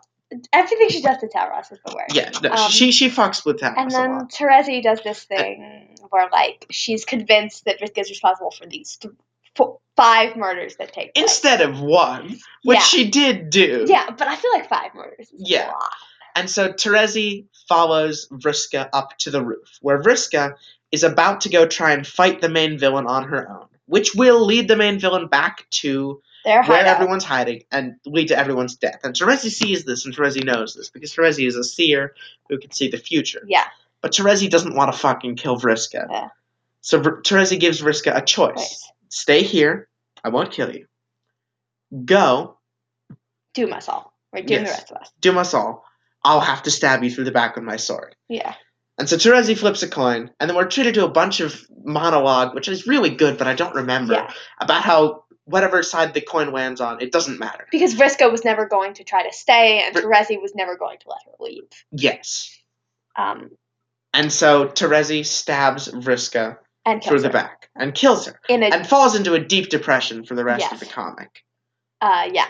S1: Everything she does to Tauros is the worst.
S2: Yeah, no,
S1: Um,
S2: she she fucks with Tavros
S1: And
S2: a
S1: then
S2: lot. Uh,
S1: Terezi does this thing where, like, she's convinced that Ritka is responsible for these th- four, five murders that take place.
S2: Instead of one, which
S1: Yeah.
S2: she did do.
S1: Yeah, but I feel like five murders is
S2: Yeah.
S1: a lot.
S2: And so Terezi follows Vriska up to the roof, where Vriska is about to go try and fight the main villain on her own, which will lead the main villain back to
S1: They're
S2: where
S1: hard.
S2: everyone's hiding and lead to everyone's death. And Terezi sees this, and Terezi knows this, because Terezi is a seer who can see the future.
S1: Yeah.
S2: But Terezi doesn't want to fucking kill Vriska.
S1: Yeah.
S2: So Vr- Terezi gives Vriska a choice.
S1: Right.
S2: Stay here, I won't kill you. Go,
S1: Doom us all. Right, doom
S2: Yes.
S1: the rest of us.
S2: doom us all. I'll have to stab you through the back with my sword.
S1: Yeah.
S2: And so Terezi flips a coin, and then we're treated to a bunch of monologue, which is really good, but I don't remember,
S1: Yeah.
S2: about how whatever side the coin lands on, it doesn't matter.
S1: Because Vriska was never going to try to stay, and
S2: Vr-
S1: Terezi was never going to let her leave.
S2: Yes.
S1: Um,
S2: And so Terezi stabs Vriska
S1: and
S2: through
S1: kills
S2: the
S1: her.
S2: back and kills her,
S1: In a,
S2: and falls into a deep depression for the rest of
S1: Yes.
S2: the comic.
S1: uh, yeah.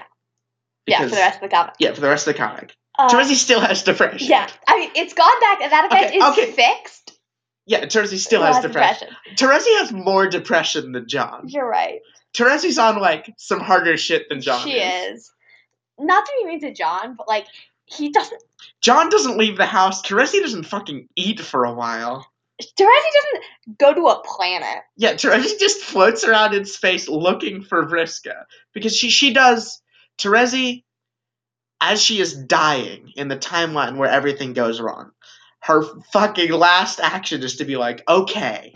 S1: Yeah, for
S2: Because-
S1: the rest of the comic.
S2: Yeah, for the rest of the comic.
S1: Uh,
S2: Terezi still has depression.
S1: yeah, I mean, it's gone back, and that effect
S2: Okay,
S1: is
S2: okay.
S1: fixed.
S2: Yeah, Terezi still
S1: It
S2: has depression. Terezi has more depression than John.
S1: You're right.
S2: Terezi's on, like, some harder shit than John
S1: She is. Not to be mean to John, but like he doesn't.
S2: John doesn't leave the house. Terezi doesn't fucking eat for a while.
S1: Terezi doesn't go to a planet.
S2: Yeah, Terezi just floats around in space looking for Vriska because she she does. Terezi, as she is dying in the timeline where everything goes wrong, her fucking last action is to be like, okay,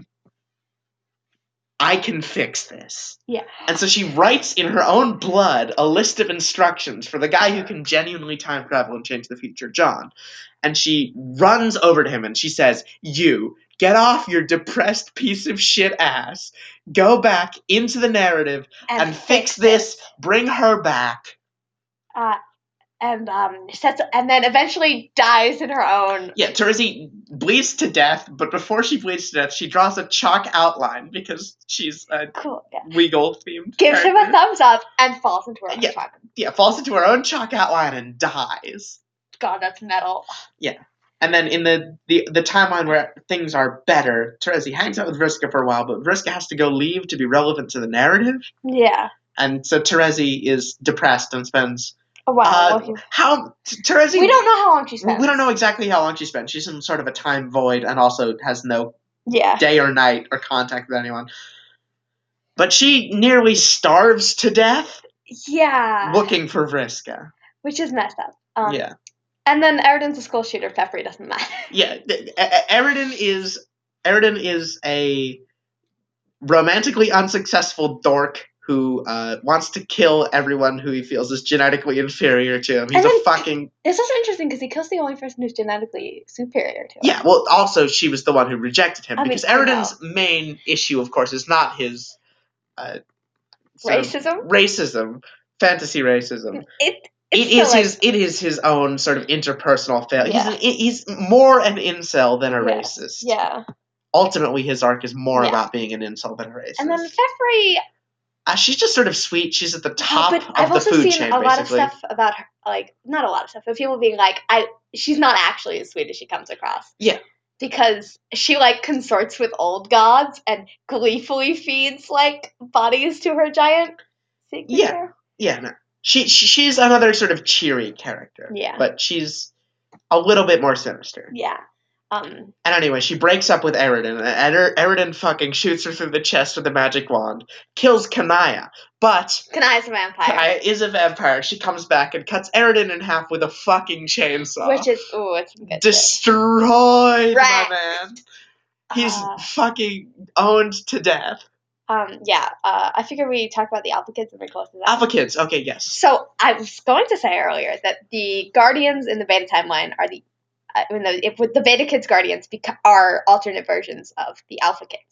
S2: I can fix this.
S1: Yeah.
S2: And so she writes in her own blood a list of instructions for the guy who can genuinely time travel and change the future, John. And she runs over to him and she says, You, get off your depressed piece of shit ass, go back into the narrative and, fix this, bring her back.
S1: Uh, and um, sets and then eventually dies in her own.
S2: Yeah, Terezi bleeds to death, but before she bleeds to death, she draws a chalk outline because she's a
S1: Cool. Yeah.
S2: Weagle themed.
S1: Gives him a thumbs up and falls into her own
S2: Yeah.
S1: trunk.
S2: Yeah, falls into her own chalk outline and dies.
S1: God, that's metal.
S2: And then in the, the, the timeline where things are better, Terezi hangs out with Vriska for a while, but Vriska has to go leave to be relevant to the narrative.
S1: Yeah.
S2: And so Terezi is depressed and spends
S1: Oh, wow.
S2: Uh,
S1: okay.
S2: how T- Terezi
S1: we don't know how long she spent.
S2: we don't know exactly how long she spent. She's in sort of a time void and also has no
S1: Yeah.
S2: day or night or contact with anyone. But she nearly starves to death
S1: Yeah.
S2: looking for Vriska.
S1: Which is messed up. Um,
S2: yeah.
S1: And then Eridan's a school shooter. Peppery doesn't matter.
S2: Yeah. th- E- E- Eridan is Eridan is a romantically unsuccessful dork who uh, wants to kill everyone who he feels is genetically inferior to him. He's
S1: And
S2: a
S1: then-
S2: fucking
S1: It's also interesting because he kills the only person who's genetically superior to him.
S2: Yeah, well, also she was the one who rejected him
S1: I mean,
S2: because
S1: you know.
S2: Eridan's main issue, of course, is not his uh, sort of
S1: Racism.
S2: racism, fantasy racism.
S1: It.
S2: It
S1: It's still,
S2: is
S1: like-
S2: his. It is his own sort of interpersonal failure.
S1: Yeah.
S2: He's, an, he's more an incel than a
S1: Yeah,
S2: racist.
S1: Yeah.
S2: Ultimately, his arc is more
S1: Yeah.
S2: about being an incel than a racist.
S1: And then Peppery.
S2: uh, she's just sort of sweet. She's at the top
S1: but
S2: of
S1: I've
S2: the
S1: also
S2: food
S1: seen
S2: chain,
S1: a lot
S2: basically.
S1: of stuff about her, like not a lot of stuff, but people being like, I she's not actually as sweet as she comes across.
S2: Yeah.
S1: Because she like consorts with old gods and gleefully feeds like bodies to her giant. signature.
S2: Yeah. Yeah, no. She, she she's another sort of cheery character.
S1: Yeah.
S2: but she's a little bit more sinister.
S1: Yeah. Um.
S2: And anyway, she breaks up with Eridan, and er- Eridan fucking shoots her through the chest with a magic wand, kills Kanaya, but
S1: Kanai is a vampire,
S2: Kanaya is a vampire. She comes back and cuts Eridan in half with a fucking chainsaw.
S1: which is ooh, it's some good. shit.
S2: destroyed
S1: Right.
S2: my man. He's
S1: Uh,
S2: fucking owned to death.
S1: um. Yeah. Uh. I figure we talk about the alpha kids and we close this out.
S2: Alpha kids. Okay, yes.
S1: So I was going to say earlier that the guardians in the beta timeline are the, uh, in the if with the beta kids guardians beca- are alternate versions of the alpha kids.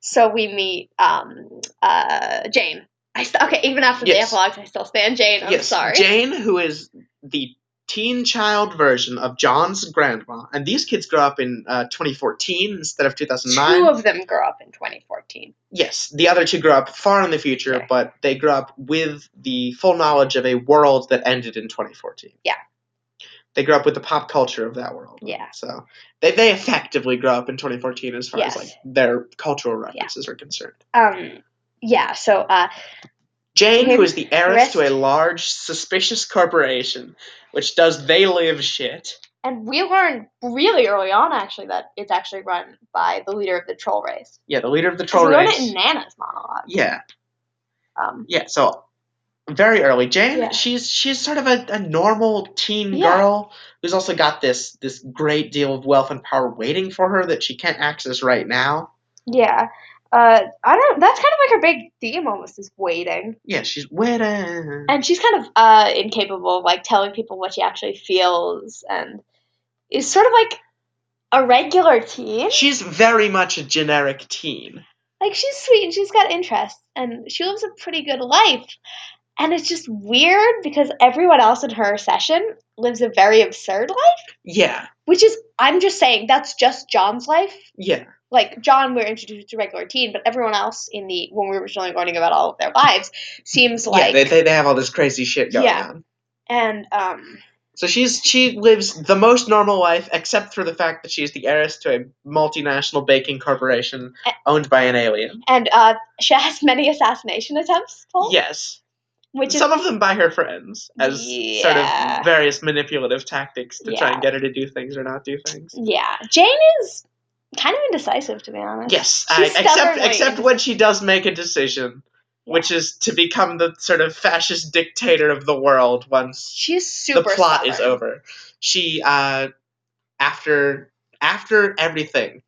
S1: So we meet um, uh, Jane. I st- okay, even after
S2: Yes.
S1: the epilogue, I still stand Jane. I'm
S2: yes.
S1: sorry.
S2: Jane, who is the teen child version of John's grandma, and these kids grow up in uh, 2014 instead of 2009.
S1: Two of them grow up in 2014.
S2: Yes, the other two grew up far in the future,
S1: Okay.
S2: but they grew up with the full knowledge of a world that ended in 2014.
S1: Yeah.
S2: They grew up with the pop culture of that world.
S1: Yeah.
S2: So they, they effectively grew up in 2014 as far
S1: Yes.
S2: as like their cultural references are concerned.
S1: Um, yeah. So uh,
S2: Jane, who is the heiress
S1: Rest-
S2: to a large, suspicious corporation, which does they live shit.
S1: and we learned really early on actually that it's actually run by the leader of the troll race.
S2: Yeah, the leader of the
S1: 'Cause
S2: troll
S1: we learned it
S2: race.
S1: in Nana's monologue.
S2: yeah.
S1: Um,
S2: yeah so very early jane
S1: Yeah.
S2: she's she's sort of a, a normal teen
S1: Yeah.
S2: girl who's also got this this great deal of wealth and power waiting for her that she can't access right now
S1: Yeah. Uh, I don't. That's kind of like her big theme almost is waiting,
S2: yeah she's waiting
S1: and she's kind of uh incapable of like telling people what she actually feels, and is sort of like a regular teen.
S2: she's very much a generic teen
S1: Like she's sweet and she's got interests, and she lives a pretty good life, and it's just weird because everyone else in her session lives a very absurd life,
S2: yeah
S1: which is I'm just saying that's just John's life.
S2: yeah
S1: like John, we're introduced to regular teen, but everyone else in the when we were originally learning about all of their lives seems
S2: yeah
S1: like
S2: they, they, they have all this crazy shit going
S1: Yeah.
S2: on
S1: and um
S2: so she's she lives the most normal life except for the fact that she's the heiress to a multinational baking corporation
S1: Eh.
S2: owned by an alien
S1: and uh she has many assassination attempts, Paul,
S2: yes
S1: which is
S2: some of them by her friends as sort
S1: Yeah.
S2: of various manipulative tactics to try
S1: Yeah. Mm-hmm.
S2: and get her to do things or not do things.
S1: yeah. Jane is kind of indecisive to be honest.
S2: Yes,
S1: She's
S2: I, except
S1: stubbornly-
S2: except when she does make a decision which is to become the sort of fascist dictator of the world once
S1: She's super.
S2: the plot is
S1: stubborn.
S2: over. She uh, after after everything,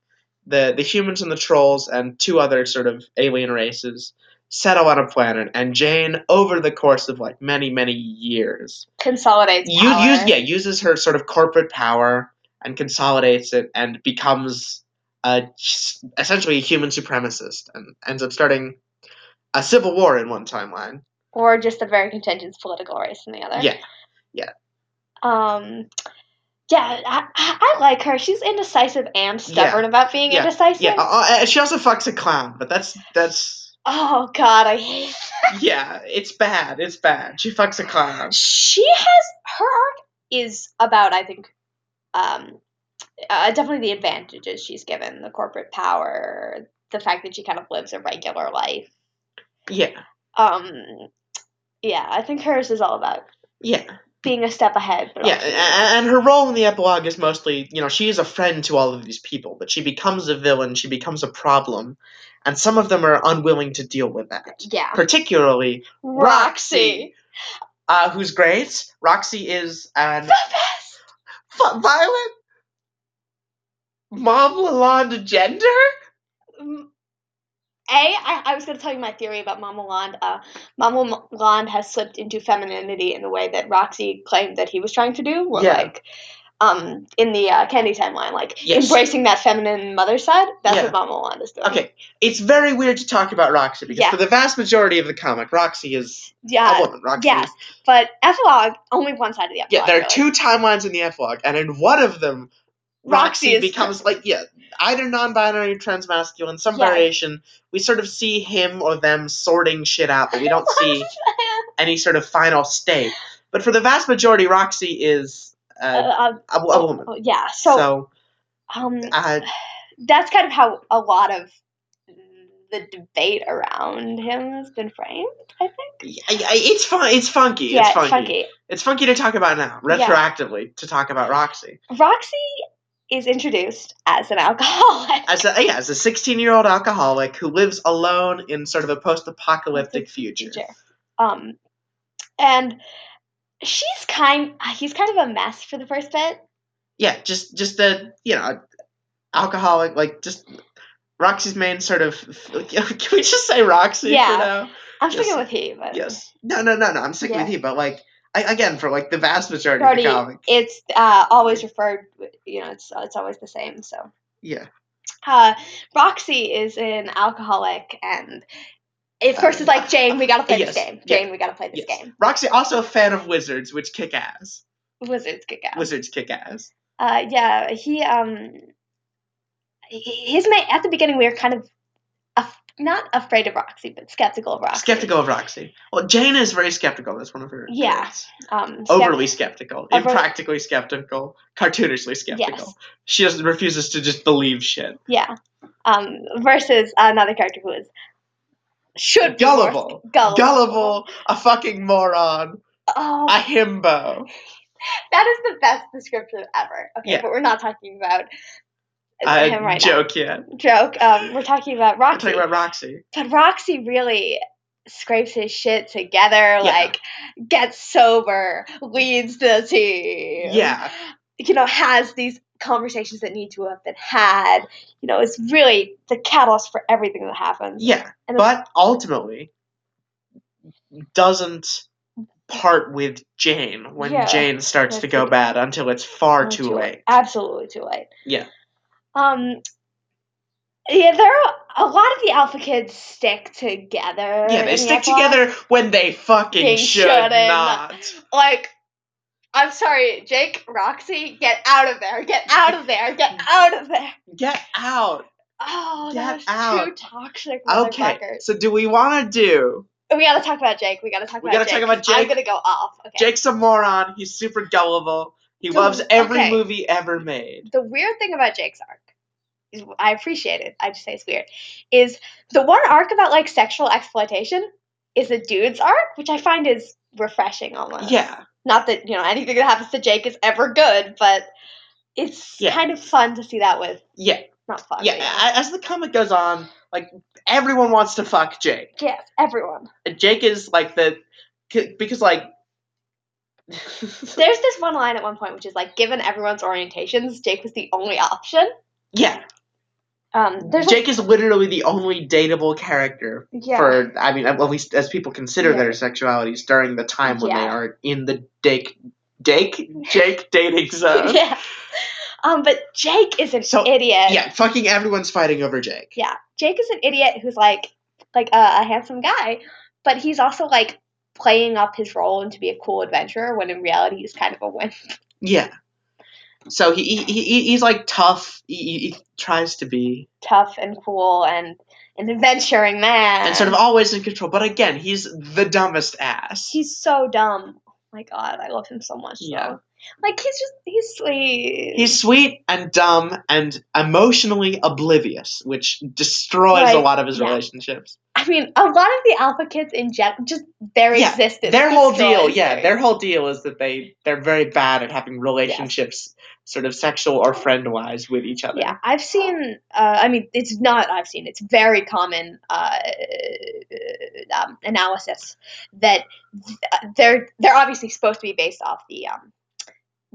S2: the the humans and the trolls and two other sort of alien races settle on a planet, and Jane, over the course of like many many years,
S1: Consolidates.
S2: you
S1: power.
S2: use yeah uses her sort of corporate power and consolidates it and becomes a, essentially a human supremacist and ends up starting a civil war in one timeline.
S1: Or just a very contentious political race in the other.
S2: Yeah,
S1: Um. Yeah, I, I I like her. She's indecisive and stubborn about being
S2: Yeah.
S1: indecisive.
S2: yeah. Uh, uh, she also fucks a clown, but that's that's
S1: Oh God, I hate.
S2: yeah. It's bad. It's bad. She fucks a clown.
S1: She has her arc is about I think, um, uh, definitely the advantages she's given, the corporate power, the fact that she kind of lives a regular life.
S2: Yeah,
S1: Um, yeah, I think hers is all about
S2: yeah,
S1: being a step ahead. But
S2: yeah.
S1: also-
S2: And, and her role in the epilogue is mostly you know she is a friend to all of these people, but she becomes a villain. She becomes a problem, and some of them are unwilling to deal with that.
S1: yeah,
S2: Particularly Roxy. uh, who's great. Roxy is an
S1: the best.
S2: F- Violet Mom Lalonde gender.
S1: Mm, A, I, I was going to tell you my theory about Mama Lond. Uh, Mama Lond has slipped into femininity in the way that Roxy claimed that he was trying to do. where,
S2: Yeah.
S1: Like, um, in the uh, Candy timeline, like
S2: Yes.
S1: embracing that feminine mother side. That's
S2: Yeah.
S1: what Mama Lond is doing.
S2: Okay, it's very weird to talk about Roxy because
S1: Yeah. Uh,
S2: for the vast majority of the comic, Roxy is a
S1: Yeah.
S2: woman. Roxy.
S1: Yes, but epilogue only one side of the epilogue.
S2: Yeah, there are
S1: really.
S2: two timelines in the epilogue, and in one of them,
S1: Roxy
S2: Roxy,
S1: is-
S2: becomes like yeah, either non-binary or transmasculine, some
S1: Yeah.
S2: variation. We sort of see him or them sorting shit out, but we don't see any sort of final state. But for the vast majority, Roxy is
S1: Uh,
S2: uh,
S1: uh,
S2: a, a woman.
S1: oh, yeah. So,
S2: So,
S1: um,
S2: uh,
S1: that's kind of how a lot of the debate around him has been framed. I think.
S2: I- I- it's fun. It's funky.
S1: yeah,
S2: it's funky.
S1: it's funky.
S2: It's funky to talk about now,
S1: Yeah.
S2: retroactively, to talk about Roxy
S1: Roxy is introduced as an alcoholic.
S2: as a yeah, as a sixteen-year-old alcoholic who lives alone in sort of a post-apocalyptic future.
S1: Teacher. Um, and she's kind. He's kind of a mess for the first bit.
S2: Yeah, just just the you know, alcoholic like just Roxy's main sort of. Can we just say Roxy
S1: Yeah.
S2: for now?
S1: I'm
S2: Yes.
S1: sticking with he, but
S2: Yes. No, no, no, no. I'm sticking
S1: Yeah.
S2: with you, but like I, again, for like the vast majority
S1: Brody,
S2: of the comic,
S1: it's uh, always referred. You know, it's it's always the same. So.
S2: yeah,
S1: Uh, Roxy is an alcoholic, and at
S2: Uh,
S1: first it's like, Jane, we gotta play this
S2: yes,
S1: game.
S2: yeah,
S1: Jane, we gotta play this
S2: yes.
S1: game.
S2: Roxy also a fan of wizards, which kick ass.
S1: Wizards kick ass.
S2: Wizards kick ass.
S1: Uh, yeah, he um, h- his mate at the beginning we were kind of af- not afraid of Roxy, but skeptical of Roxy.
S2: Skeptical of Roxy. Well, Jane is very skeptical. That's one of her.
S1: Yeah.
S2: traits.
S1: Um, skep-
S2: Overly skeptical,
S1: Over-
S2: impractically skeptical, cartoonishly skeptical.
S1: Yes.
S2: She just refuses to just believe shit.
S1: Yeah. Um, versus another character who is should be more
S2: Gullible.
S1: sk- gullible.
S2: Gullible, a fucking moron,
S1: Oh,
S2: a himbo.
S1: that is the best description ever. Okay,
S2: Yeah.
S1: but we're not talking about
S2: I
S1: him right
S2: joke yet.
S1: now. Joke. Um, we're talking about
S2: I'm
S1: Roxy.
S2: talking about Roxy.
S1: but Roxy really scrapes his shit together, like gets sober, leads the team.
S2: Yeah.
S1: You know, has these conversations that need to have been had. You know, it's really the catalyst for everything that happens.
S2: Yeah.
S1: And
S2: But ultimately, doesn't part with Jane when
S1: Yeah.
S2: Jane starts to
S1: That's
S2: go
S1: it.
S2: bad until it's far
S1: it's
S2: too late.
S1: Absolutely too late.
S2: Yeah.
S1: Um yeah, there are a lot of the alpha kids stick together.
S2: Yeah, they
S1: in the
S2: stick
S1: epilogue.
S2: together when they fucking
S1: They
S2: should
S1: shouldn't.
S2: not.
S1: like I'm sorry, Jake, Roxy, get out of there, get out of there, get out of there.
S2: Get out.
S1: Oh,
S2: Get
S1: that was two
S2: out.
S1: toxic
S2: Okay.
S1: motherfuckers. Oh,
S2: So do we want to do?
S1: We gotta talk about Jake. We gotta talk
S2: We
S1: about
S2: gotta
S1: Jake.
S2: talk about
S1: 'cause I'm
S2: Jake.
S1: gonna go off. Okay.
S2: Jake's a moron. He's super gullible. He
S1: Dude,
S2: loves every
S1: okay.
S2: movie ever made.
S1: The weird thing about Jake's arc, is I appreciate it. I just say it's weird, is the one arc about like sexual exploitation is a dude's arc, which I find is refreshing almost.
S2: Yeah.
S1: Not that you know anything that happens to Jake is ever good, but it's
S2: Yeah.
S1: kind of fun to see that with
S2: Yeah.
S1: not fun.
S2: Yeah.
S1: but yeah.
S2: a- As the comic goes on, Like everyone wants to fuck Jake.
S1: Yes, everyone.
S2: And Jake is like the c- because like
S1: There's this one line at one point which is like, given everyone's orientations, Jake was the only option.
S2: yeah,
S1: Um, there's
S2: Jake is literally the only dateable character
S1: a, yeah,
S2: for I mean at least as people consider
S1: Yeah.
S2: their sexualities during the time when they
S1: Yeah.
S2: are in the Jake Jake Jake dating zone.
S1: yeah. Um, but Jake is an
S2: uh, So-
S1: idiot.
S2: Yeah, fucking everyone's fighting over Jake.
S1: Yeah. Jake is an idiot who's like like uh, a, a handsome guy, but he's also like playing up his role and to be a cool adventurer when in reality he's kind of a wimp.
S2: Yeah. So he, he, he he's like tough. He, he, he tries to be
S1: Tough and cool and an adventuring man.
S2: and sort of always in control. But again, he's the dumbest ass.
S1: he's so dumb. Oh my god, I love him so much.
S2: Yeah.
S1: though. Like he's just he's sweet.
S2: He's sweet and dumb and emotionally oblivious, which destroys a
S1: Right,
S2: lot of his
S1: yeah.
S2: relationships.
S1: I mean, a lot of the alpha kids in general, just their
S2: Yeah,
S1: existence.
S2: their whole deal,
S1: destroys
S2: yeah,
S1: their-
S2: their whole deal is that they they're very bad at having relationships, sort of sexual or friend wise, with each other.
S1: Yeah, I've seen. Uh, I mean, it's not. I've seen. It's very common uh, um, analysis that th- uh, they're they're obviously supposed to be based off the um,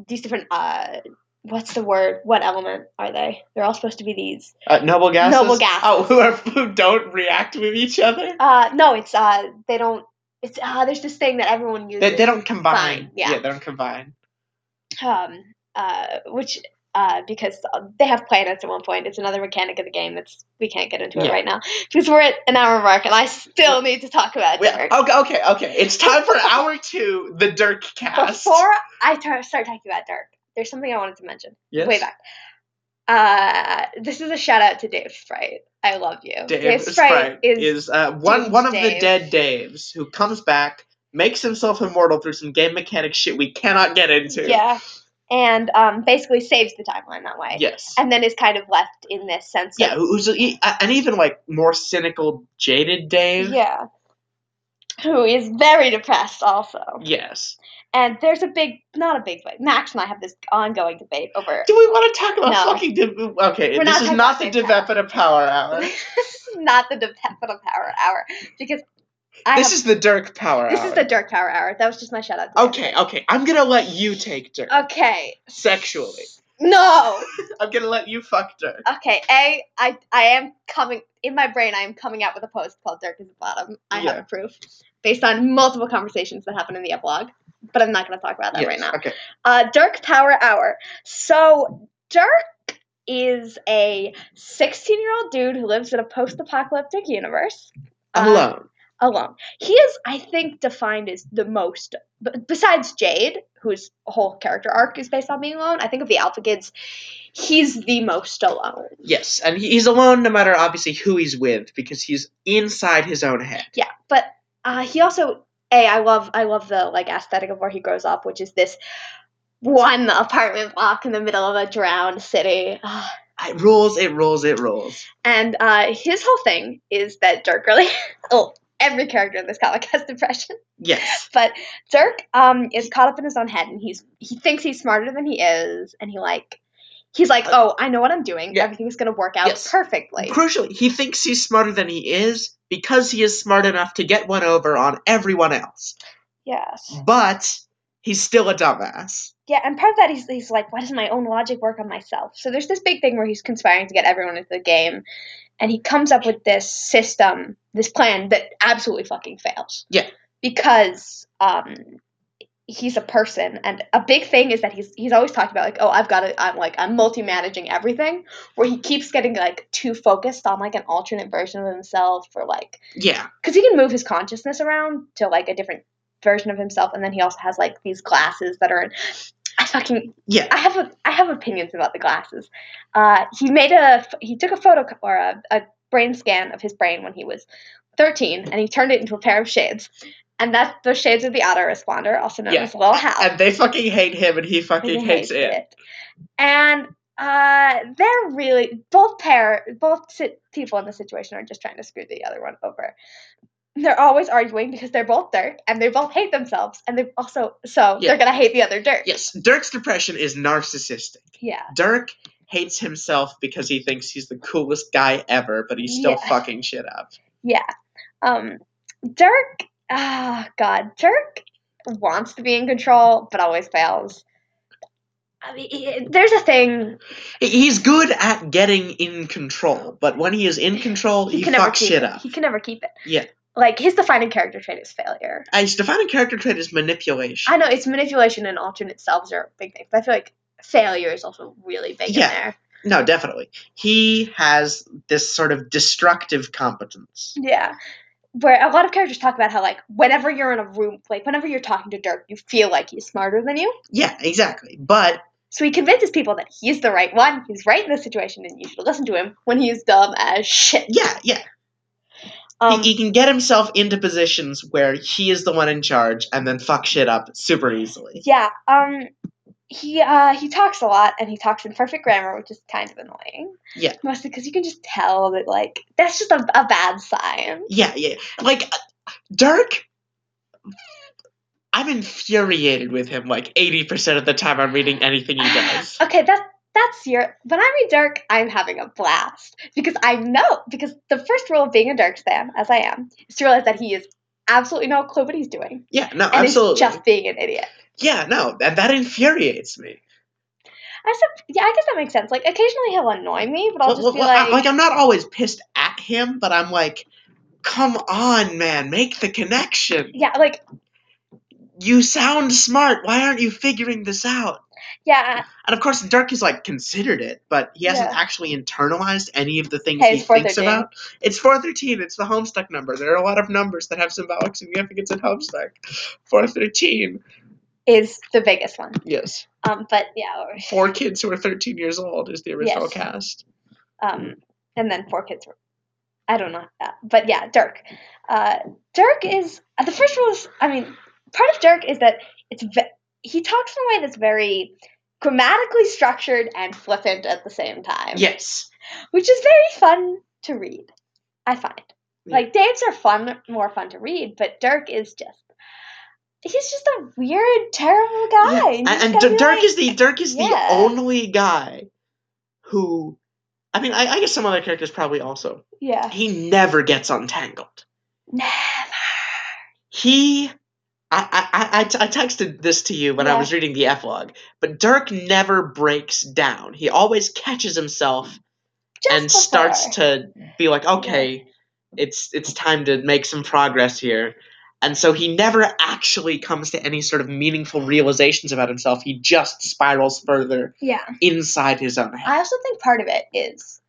S1: these different. Uh, what's the word? What element are they? They're all supposed to be these.
S2: Uh, noble gases.
S1: Noble gases.
S2: Oh, who are who don't react with each other.
S1: Uh, no, it's uh, they don't. It's uh, there's this thing that everyone uses.
S2: They, they don't combine.
S1: Fine, yeah.
S2: they don't combine.
S1: um, uh, which uh, because they have planets at one point. It's another mechanic of the game that's we can't get into it
S2: Yeah.
S1: right now because we're at an hour mark and I still need to talk about
S2: We-
S1: Dirk.
S2: okay, okay, okay. It's time for hour two, the Dirk cast.
S1: Before I tar- start talking about Dirk, there's something I wanted to mention
S2: yes.
S1: way back. Uh, this is a shout out to Dave Sprite. I love you.
S2: Dave,
S1: Sprite, is,
S2: uh, one
S1: Dude
S2: one of the
S1: Dave.
S2: dead Daves who comes back, makes himself immortal through some game mechanic shit we cannot get into.
S1: yeah, and um, basically saves the timeline that way,
S2: Yes.
S1: and then is kind of left in this sense.
S2: yeah,
S1: of,
S2: who- who's a- an even like more cynical, jaded Dave.
S1: yeah, who is very depressed also.
S2: Yes.
S1: And there's a big, not a big debate. Max and I have this ongoing debate over.
S2: Do we want to talk about
S1: No.
S2: fucking? De- okay,
S1: We're
S2: this
S1: not
S2: is
S1: talking
S2: not the
S1: about Dave
S2: Devepita Power Hour.
S1: this is not the Depepita Power Hour because I
S2: this
S1: have,
S2: is the Dirk Power
S1: this
S2: Hour.
S1: is the Dirk Power Hour. That was just my shout out. to
S2: Okay, okay. I'm gonna let you take Dirk
S1: Dirk. Okay.
S2: sexually.
S1: No.
S2: I'm gonna let you fuck Dirk.
S1: Okay. A. I. I am coming in my brain. I am coming out with a post called "Dirk is the Bottom." I
S2: Yeah.
S1: have proof based on multiple conversations that happened in the epilogue, but I'm not going to talk about that
S2: Yes,
S1: right now.
S2: Okay.
S1: uh, Dirk Power Hour. So Dirk is a 16 year old dude who lives in a post apocalyptic universe.
S2: I'm
S1: uh,
S2: alone.
S1: Alone. He is, I think, defined as the most, b- besides Jade, whose whole character arc is based on being alone. I think of the Alpha Kids, he's the most alone.
S2: Yes, and he- he's alone no matter obviously who he's with because he's inside his own head.
S1: Yeah, but uh, he also a I love I love the like aesthetic of where he grows up, which is this one apartment block in the middle of a drowned city. Ah,
S2: It rules. It rules. It rules.
S1: And uh, his whole thing is that Dirk really, oh, every character in this comic has depression,
S2: Yes.
S1: but Dirk um, is caught up in his own head, and he's he thinks he's smarter than he is, and he like. He's like, oh, I know what I'm doing.
S2: Uh, Yeah.
S1: Everything's gonna work out
S2: Yes.
S1: perfectly.
S2: Crucially, he thinks he's smarter than he is because he is smart enough to get one over on everyone else.
S1: Yes.
S2: But he's still a dumbass.
S1: Yeah, and part of that he's, he's like, why does my own logic work on myself? So there's this big thing where he's conspiring to get everyone into the game, and he comes up with this system, this plan that absolutely fucking fails.
S2: Yeah.
S1: Because um, he's a person, and a big thing is that he's he's always talked about like, oh, I've got to, I'm like, I'm multi managing everything, where he keeps getting like too focused on like an alternate version of himself or like
S2: Yeah.
S1: because he can move his consciousness around to like a different version of himself, and then he also has like these glasses that are. I fucking
S2: Yeah.
S1: I have a, I have opinions about the glasses. Uh, he made a ph- he took a photo c- or a, a brain scan of his brain when he was 13, and he turned it into a pair of shades, and that those shades are the autoresponder, also known
S2: Yeah.
S1: as Lil Hal.
S2: And they fucking hate him, and he
S1: and
S2: fucking
S1: he
S2: hates, it.
S1: And uh, they're really both pair both si- people in the situation are just trying to screw the other one over. They're always arguing because they're both Dirk and they both hate themselves, and they also so
S2: Yeah.
S1: they're gonna hate the other Dirk.
S2: Yes. Dirk's depression is narcissistic.
S1: yeah.
S2: Dirk hates himself because he thinks he's the coolest guy ever, but he's still
S1: Yeah.
S2: fucking shit up.
S1: Yeah. Um, Dirk, ah, God, Dirk wants to be in control, but always fails. I mean, it- there's a thing.
S2: He- He's good at getting in control, but when he is in control, he,
S1: never
S2: fucks
S1: keep
S2: shit
S1: it.
S2: up.
S1: He can never keep it.
S2: Yeah.
S1: Like his defining character trait is failure.
S2: I his defining character trait is manipulation.
S1: I know it's manipulation and alternate selves are big things, but I feel like failure is also really big
S2: Yeah.
S1: in there.
S2: No, definitely. He has this sort of destructive competence.
S1: Yeah. Where a lot of characters talk about how like whenever you're in a room, like whenever you're talking to Dirk, you feel like he's smarter than you.
S2: Yeah, exactly. But
S1: So he convinces people that he's the right one, he's right in this situation, and you should listen to him when he's dumb as shit.
S2: yeah, yeah,
S1: Um,
S2: he, he can get himself into positions where he is the one in charge and then fuck shit up super easily.
S1: yeah. Um, he uh, he talks a lot, and he talks in perfect grammar, which is kind of annoying.
S2: Yeah.
S1: Mostly because you can just tell that like that's just a, a bad sign.
S2: Yeah, yeah. Like uh, Dirk I'm infuriated with him like 80% of the time I'm reading anything he does.
S1: Okay, that's that's your. When I read Dark, I'm having a blast because I know because the first rule of being a Dark fan, as I am, is to realize that he is absolutely no clue what he's doing,
S2: Yeah, no,
S1: and is
S2: absolutely.
S1: just being an idiot.
S2: Yeah, no, and that infuriates me.
S1: I said, yeah, I guess that makes sense. Like occasionally he'll annoy me, but I'll
S2: Well,
S1: just
S2: well,
S1: be
S2: well, I-
S1: like,
S2: like I'm not always pissed at him, but I'm like, come on, man, make the connection.
S1: yeah, like
S2: You sound smart. Why aren't you figuring this out?
S1: yeah,
S2: And of course, Dirk has like considered it, but he hasn't
S1: Yeah.
S2: actually internalized any of the things
S1: Hey,
S2: he
S1: it's 413.
S2: thinks about. It's 413. It's the Homestuck number. There are a lot of numbers that have symbolic significance in Homestuck. 413.
S1: is the biggest one.
S2: Yes.
S1: Um, but yeah, or-
S2: Four kids who are 13 years old is the original
S1: Yes.
S2: cast.
S1: um, and then four kids. Were, I don't know, that, but yeah, Dirk. Uh, Dirk is uh, the first rule. Is I mean, part of Dirk is that it's ve- he talks in a way that's very grammatically structured and flippant at the same time.
S2: Yes.
S1: which is very fun to read. I find
S2: Yeah.
S1: like Dave's are fun, more fun to read, but Dirk is just. He's just a weird, terrible guy.
S2: Yeah,
S1: you just
S2: And, and
S1: gotta
S2: D-
S1: be
S2: Dirk
S1: like-
S2: is the Dirk is
S1: yeah.
S2: the only guy who, I mean, I, I guess some other characters probably also.
S1: yeah,
S2: He never gets untangled.
S1: never.
S2: He, I, I, I- I, t- I texted this to you when I
S1: Yeah.
S2: was reading the epilogue, but Dirk never breaks down. He always catches himself
S1: Just
S2: and starts
S1: before.
S2: to be like, okay, it's it's time to make some progress here. And so he never actually comes to any sort of meaningful realizations about himself. He just spirals further
S1: yeah.
S2: inside his own head.
S1: I also think part of it is,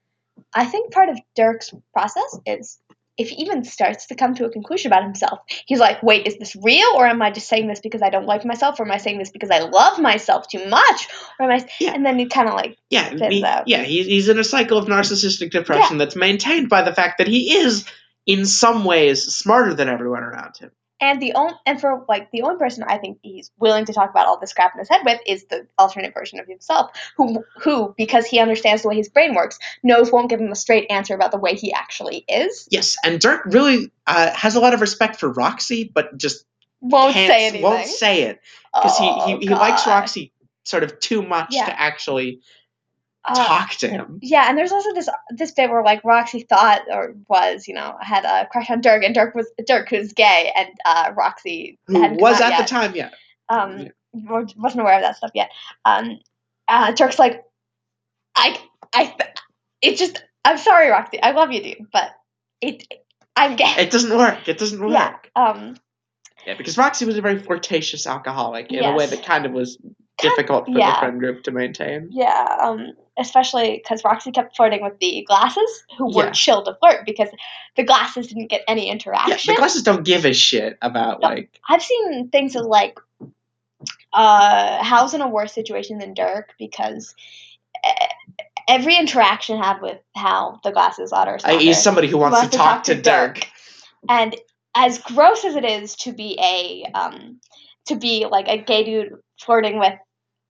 S1: I think part of Dirk's process is if he even starts to come to a conclusion about himself, he's like, wait, is this real? Or am I just saying this because I don't like myself? Or am I saying this because I love myself too much? Or am I,
S2: Yeah.
S1: and then he kind of like,
S2: yeah,
S1: Thins
S2: he-
S1: out.
S2: yeah, he's, he's in a cycle of narcissistic depression that's maintained by the fact that he is, in some ways, smarter than everyone around him.
S1: and the only, and for like the only person I think he's willing to talk about all this crap in his head with is the alternate version of himself, who, who, because he understands the way his brain works, knows won't give him a straight answer about the way he actually is.
S2: Yes, and Dirk really uh, has a lot of respect for Roxy, but just
S1: Won't
S2: can't,
S1: say anything.
S2: won't say it because he,
S1: Oh,
S2: he, he likes
S1: God.
S2: Roxy sort of too much
S1: Yeah.
S2: to actually
S1: Uh,
S2: talk to him.
S1: Yeah, and there's also this this bit where like Roxy thought or was, you know, had a crush on Dirk, and Dirk was Dirk who's gay, and uh, Roxy
S2: Who
S1: hadn't come
S2: was
S1: out
S2: at
S1: yet.
S2: the time, yeah.
S1: um wa- wasn't aware of that stuff yet. Um, uh, Dirk's like, I I it just I'm sorry, Roxy, I love you, dude, but it I'm gay.
S2: It doesn't work. It doesn't work.
S1: yeah. Um.
S2: Yeah, because Roxy was a very flirtatious alcoholic in a way
S1: Yes.
S2: that kind of was difficult for the
S1: yeah.
S2: friend group to maintain.
S1: Yeah, um, especially because Roxy kept flirting with the glasses, who
S2: Yeah.
S1: were chill to flirt because the glasses didn't get any
S2: Yeah,
S1: interaction.
S2: the glasses don't give a shit about
S1: No.
S2: like
S1: I've seen things of like uh, Hal's in a worse situation than Dirk because e- every interaction I have with Hal, the glasses otter,
S2: I, he's somebody who wants, to talk, to, Dirk.
S1: and as gross as it is to be a um, to be like a gay dude flirting with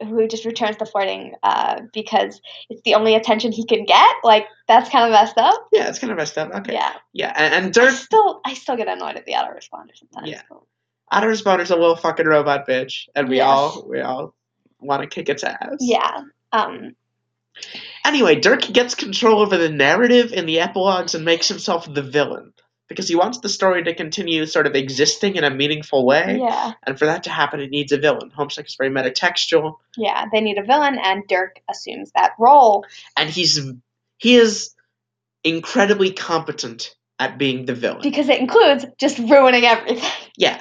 S1: who just returns the flirting uh, because it's the only attention he can get, like that's kind of messed up.
S2: Yeah, it's kind of messed up. Okay. Yeah,
S1: Yeah,
S2: and, and
S1: I
S2: Dirk
S1: still I still get annoyed at the autoresponder sometimes.
S2: Yeah. Autoresponders a little fucking robot bitch, and we
S1: Yes.
S2: all we all want to kick its ass.
S1: Yeah. Um,
S2: Anyway, Dirk gets control over the narrative in the epilogues and makes himself the villain because he wants the story to continue sort of existing in a meaningful way.
S1: Yeah.
S2: And for that to happen, it needs a villain. Homestuck is very metatextual,
S1: Yeah, they need a villain, and Dirk assumes that role.
S2: and he's he is incredibly competent at being the villain.
S1: because it includes just ruining everything.
S2: yeah,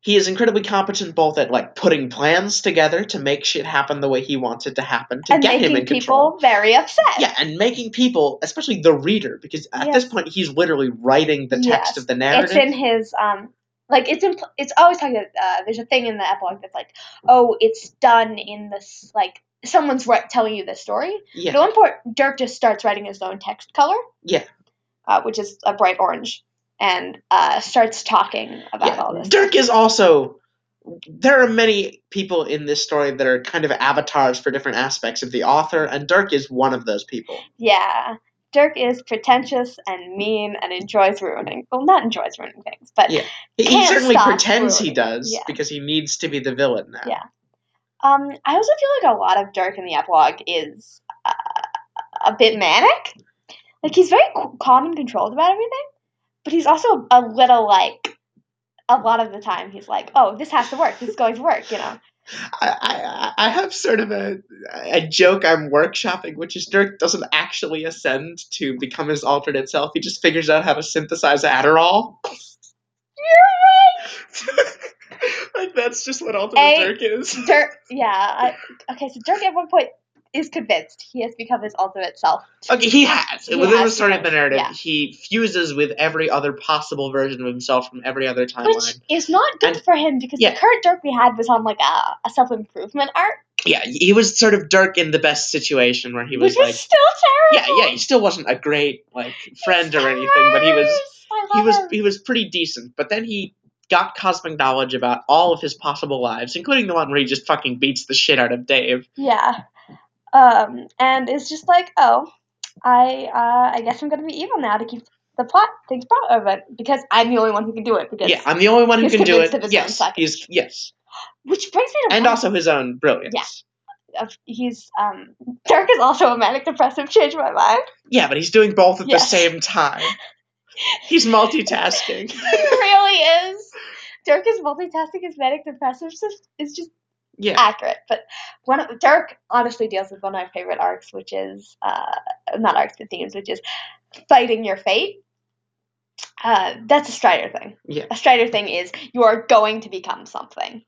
S2: he is incredibly competent both at like putting plans together to make shit happen the way he wants it to happen to
S1: and
S2: get
S1: making
S2: him in
S1: people
S2: control.
S1: very upset.
S2: Yeah, and making people, especially the reader, because at this point he's literally writing the text
S1: Yes.
S2: of the
S1: It's
S2: narrative.
S1: in his um like it's in pl- it's always talking about, uh there's a thing in the epilogue that's like, "Oh, it's done in this like someone's ri- telling you this story."
S2: yeah,
S1: At one point Dirk just starts writing his own text color.
S2: Yeah.
S1: Uh, which is a bright orange and uh starts talking about
S2: Yeah,
S1: all this.
S2: Dirk is also. There are many people in this story that are kind of avatars for different aspects of the author, and Dirk is one of those people.
S1: Yeah. Dirk is pretentious and mean and enjoys ruining. Well, not enjoys ruining things, but
S2: Yeah. He, he
S1: Can't
S2: certainly
S1: stop
S2: pretends he
S1: ruining,
S2: does
S1: yeah.
S2: because he needs to be the villain now.
S1: Yeah. Um, I also feel like a lot of Dirk in the epilogue is uh, a bit manic. Like he's very c- calm and controlled about everything, but he's also a little like a lot of the time he's like, "Oh, this has to work. This is going to work," you know.
S2: I, I, I have sort of a, a joke I'm workshopping, which is Dirk doesn't actually ascend to become his alternate self. He just figures out how to synthesize Adderall. like, that's just what alternate
S1: A-
S2: Dirk is.
S1: Dirk, yeah. I, okay, so Dirk at one point is convinced he has become his ultimate self.
S2: Okay, he has.
S1: He
S2: Within the
S1: has
S2: story of the
S1: become-
S2: narrative,
S1: yeah.
S2: he fuses with every other possible version of himself from every other timeline.
S1: Which is not good
S2: And-
S1: for him because
S2: yeah.
S1: the current Dirk we had was on like a, a self improvement arc,
S2: yeah, he was sort of Dirk in the best situation where he was
S1: which
S2: like,
S1: is still
S2: yeah,
S1: terrible.
S2: yeah, he still wasn't a great like
S1: It's
S2: friend or anything, but he was
S1: worse. I
S2: he
S1: love
S2: was
S1: him.
S2: he was pretty decent. But then he got cosmic knowledge about all of his possible lives, including the one where he just fucking beats the shit out of Dave.
S1: Yeah. Um, and it's just like, oh, I uh, I guess I'm gonna be evil now to keep the plot things brought over because I'm the only one who can do it. Because
S2: Yeah, I'm the only one who
S1: He's
S2: can do
S1: convinced of
S2: it.
S1: his own
S2: Yes,
S1: suckage.
S2: he's yes,
S1: which brings me to
S2: and
S1: one
S2: also his own brilliance.
S1: of he's um Dirk is also a manic depressive. Change my mind.
S2: Yeah, but he's doing both at
S1: Yes.
S2: the same time. He's multitasking.
S1: He really is. Dirk is multitasking as manic depressive. So it's just
S2: Yeah.
S1: accurate. But one of, Dirk honestly deals with one of my favorite arcs, which is uh, not arcs but themes, which is fighting your fate. Uh, that's a Strider thing.
S2: Yeah.
S1: A Strider thing is you are going to become something,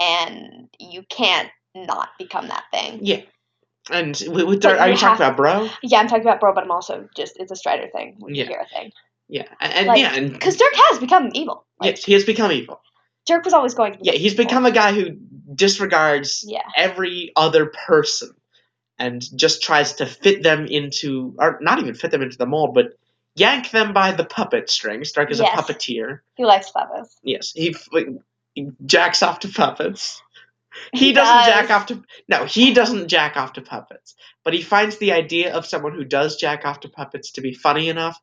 S1: and you can't not become that thing.
S2: Yeah. And with, with
S1: But
S2: Dirk, are
S1: you
S2: you talking
S1: have-
S2: about bro?
S1: Yeah, I'm talking about bro, but I'm also just it's a Strider thing, with
S2: Yeah.
S1: a hero thing.
S2: Yeah. And, and
S1: Like,
S2: yeah, and
S1: Because Dirk has become evil. Like,
S2: yes, he has become evil.
S1: Dirk was always going to.
S2: Yeah, he's become a guy who disregards
S1: Yeah.
S2: every other person and just tries to fit them into, or not even fit them into the mold, but yank them by the puppet strings. Dirk is
S1: Yes.
S2: a puppeteer.
S1: He likes feathers.
S2: Yes, he, f- he jacks off to puppets. He, doesn't jack off to no, he doesn't jack off to puppets. But he finds the idea of someone who does jack off to puppets to be funny enough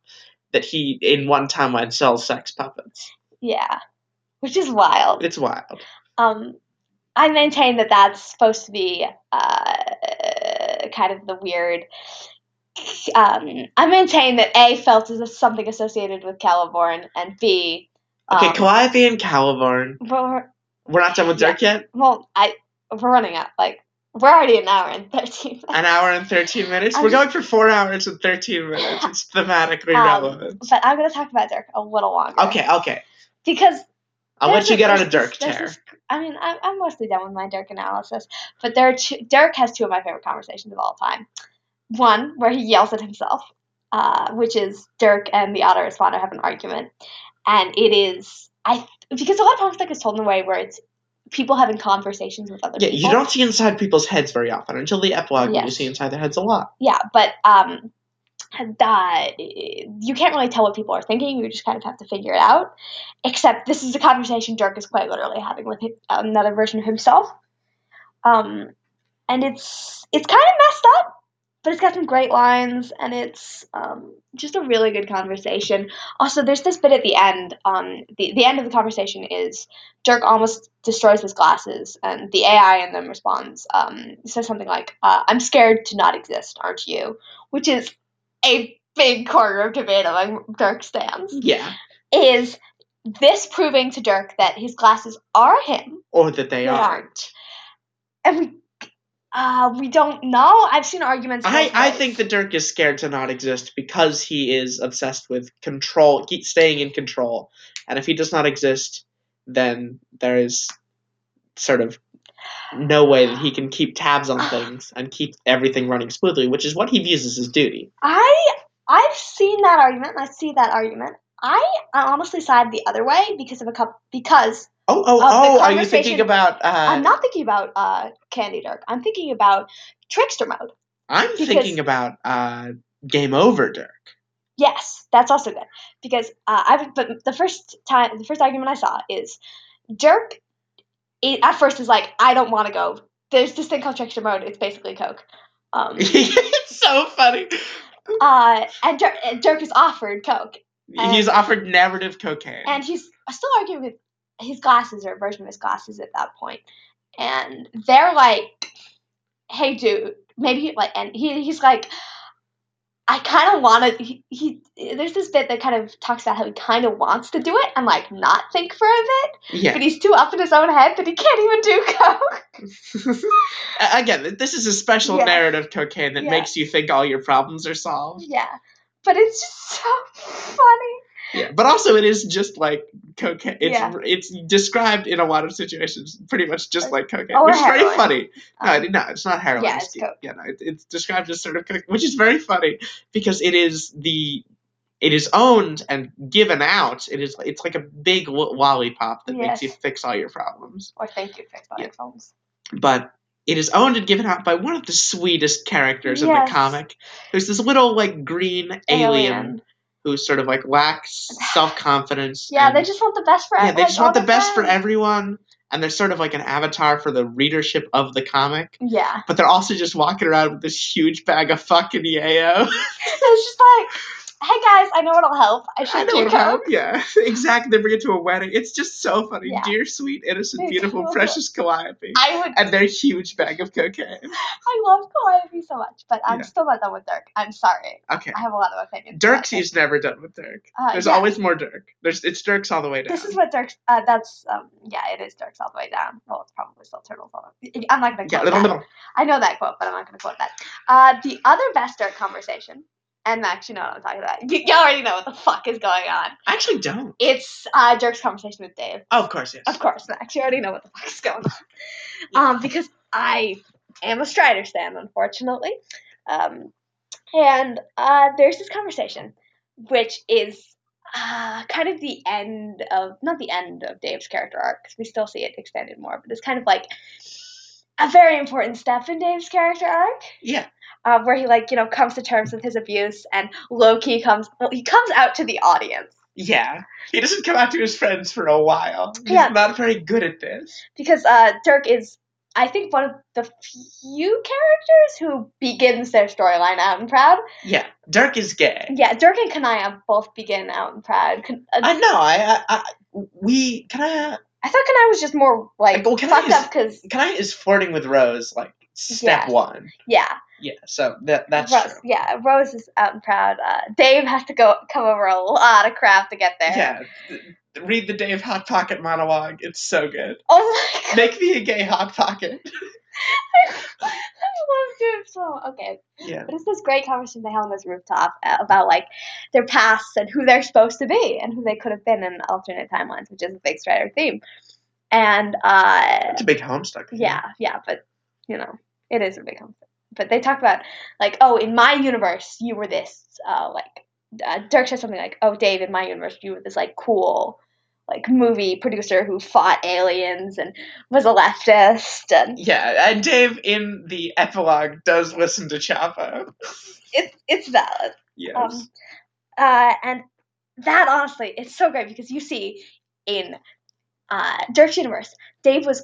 S2: that he, in one timeline, sells sex puppets.
S1: Yeah, which is wild.
S2: It's wild.
S1: Um, I maintain that that's supposed to be uh, kind of the weird. Um, I maintain that A felt is something associated with Caliborn, and B.
S2: Okay,
S1: um,
S2: Calliope and Caliborn.
S1: we're,
S2: We're not done with Dirk yet.
S1: well, I we're running out. Like we're already an hour and thirteen.
S2: An hour and thirteen minutes.
S1: I'm
S2: We're
S1: just-
S2: going for four hours and thirteen minutes. It's thematically
S1: Um,
S2: relevant.
S1: But I'm gonna talk about Dirk a little longer.
S2: Okay, okay.
S1: Because
S2: I'll
S1: There's
S2: let you
S1: this-
S2: get on a
S1: there's
S2: Dirk
S1: this- there's
S2: tear.
S1: this- I mean, I'm, I'm mostly done with my Dirk analysis, but there are two, Dirk has two of my favorite conversations of all time. One where he yells at himself, uh, which is Dirk and the autoresponder have an argument, and it is I because a lot of times like is told in a way where it's people having conversations with other
S2: Yeah,
S1: people.
S2: you don't see inside people's heads very often until the epilogue. when You
S1: Yes.
S2: see inside their heads a lot.
S1: yeah, but um, that you can't really tell what people are thinking. You just kind of have to figure it out. Except this is a conversation Dirk is quite literally having with hi- another version of himself, um, and it's it's kind of messed up. but it's got some great lines and it's um, just a really good conversation. Also, there's this bit at the end. Um, the the end of the conversation is Dirk almost destroys his glasses, and the AI in them responds, um, says something like, uh, "I'm scared to not exist, aren't you?" Which is a big corner of tomato on Dirk stands.
S2: Yeah.
S1: Is this proving to Dirk that his glasses are him?
S2: Or that they
S1: They
S2: are.
S1: aren't. And we uh, we don't know. I've seen arguments.
S2: I,
S1: both
S2: I
S1: ways.
S2: think that Dirk is scared to not exist because he is obsessed with control, keep staying in control. And if he does not exist, then there is sort of no way that he can keep tabs on things and keep everything running smoothly, which is what he views as his duty.
S1: I I've seen that argument. and I see that argument. I I honestly side the other way because of a couple. Because
S2: Oh,
S1: Uh, the
S2: oh, oh, are you
S1: conversation-
S2: thinking about. Uh,
S1: I'm not thinking about uh, Candy Dirk. I'm thinking about Trickster Mode.
S2: I'm
S1: Because-
S2: thinking about uh, Game Over Dirk.
S1: Yes, that's also good because uh, I. But the first time, the first argument I saw is Dirk. It, at first is like I don't want to go. There's this thing called Trickster Mode. It's basically Coke. Um,
S2: it's so funny.
S1: uh, and Dirk, and Dirk is offered Coke,
S2: He's offered narrative cocaine.
S1: Um, and he's still arguing with his glasses or a version of his glasses at that point and they're like hey dude maybe like and he, he's like i kind of want to he, he there's this bit that kind of talks about how he kind of wants to do it and like not think for a bit
S2: yeah.
S1: but he's too up in his own head that he can't even do coke
S2: A- Again, this is a special
S1: Yeah.
S2: narrative cocaine that
S1: Yeah.
S2: makes you think all your problems are solved.
S1: yeah but it's just so funny
S2: Yeah. But also, it is just like cocaine. It's
S1: Yeah. Uh,
S2: it's described in a lot of situations pretty much just like cocaine,
S1: Or
S2: which is very
S1: heroin.
S2: funny. No,
S1: Um,
S2: it- no, it's not heroin.
S1: yeah, it's
S2: you
S1: coke.
S2: know, it, it's described as sort of cocaine, which is very funny because it is the it is owned and given out. It is it's like a big lo- lollipop that
S1: Yes.
S2: makes you fix all your problems.
S1: or thank you fix my
S2: Yeah.
S1: phones
S2: but it is owned and given out by one of the sweetest characters in
S1: Yes.
S2: the comic. There's this little like green alien, who sort of like lacks self confidence.
S1: yeah they just want the best for
S2: yeah
S1: ev-
S2: they
S1: like,
S2: just
S1: all
S2: want the
S1: their
S2: best for
S1: friends.
S2: everyone, and they're sort of like an avatar for the readership of the comic.
S1: yeah
S2: But they're also just walking around with this huge bag of fucking yayo.
S1: it's just like, hey guys, I know it'll help. I should
S2: I know
S1: do
S2: what
S1: coke.
S2: happened. Yeah, exactly. They bring it to a wedding. It's just so funny.
S1: Yeah.
S2: Dear, sweet, innocent,
S1: It's
S2: beautiful,
S1: so-
S2: precious Calliope,
S1: I would.
S2: and their huge bag of cocaine.
S1: I love Calliope so much, but I'm
S2: Yeah.
S1: still not done with Dirk. I'm sorry.
S2: Okay.
S1: I have a lot of opinions. about
S2: Dirk's
S1: Dirk.
S2: is never done with Dirk.
S1: Uh,
S2: There's
S1: yeah.
S2: always more Dirk. There's it's Dirk's all the way down.
S1: This is what Dirk's. Uh, that's um. Yeah, it is Dirk's all the way down. Well, it's probably still turtles all the way. I'm not gonna
S2: yeah,
S1: quote
S2: little,
S1: that.
S2: little.
S1: I know that quote, but I'm not gonna quote that. Uh, the other best Dirk conversation, and Max, you know what I'm talking about. You, you already know what the fuck is going on.
S2: I actually don't.
S1: It's uh Dirk's conversation with Dave.
S2: Oh, of course, yes.
S1: Of course, Max. You already know what the fuck is going on. Um, because I am a Strider stan, unfortunately. Um, and uh, there's this conversation, which is uh, kind of the end of, not the end of Dave's character arc, because we still see it extended more, but it's kind of like a very important step in Dave's character arc.
S2: Yeah.
S1: Uh, where he like you know comes to terms with his abuse and low key comes well, he comes out to the audience
S2: Yeah. He doesn't come out to his friends for a while. He's
S1: Yeah.
S2: not very good at this.
S1: because uh, Dirk is, I think, one of the few characters who begins their storyline out and proud.
S2: Yeah. Dirk is gay.
S1: Yeah, Dirk and Kanaya both begin out and proud. Kan- uh,
S2: I know. I, I, I we can
S1: I thought Kanaya was just more like
S2: Well, Kanaya
S1: fucked
S2: is-
S1: up because
S2: I can I is flirting with Rose like step
S1: Yeah.
S2: one.
S1: yeah,
S2: Yeah. So that that's
S1: Rose,
S2: true.
S1: yeah, Rose is out and proud. Uh, Dave has to go come over a lot of crap to get there.
S2: Yeah. Th- Read the Dave Hot Pocket monologue. It's so good.
S1: Oh my god,
S2: Make me a gay Hot Pocket.
S1: I love Dave so. Okay,
S2: Yeah.
S1: But it's this great conversation they have on this rooftop uh, about like their pasts and who they're supposed to be and who they could have been in alternate timelines, which is a big Strider theme. And uh,
S2: That's a big homestuck. thing.
S1: yeah, yeah, but you know, it is a big concept. But they talk about like, oh, in my universe, you were this. Uh, like uh, Dirk says something like, oh, Dave, in my universe, you were this like cool. Like movie producer who fought aliens and was a leftist, and
S2: Yeah, and Dave in the epilogue does listen to Chapo.
S1: it's it's valid.
S2: Yes.
S1: Um, uh, and that honestly, it's so great because you see in uh, Dirk's universe, Dave was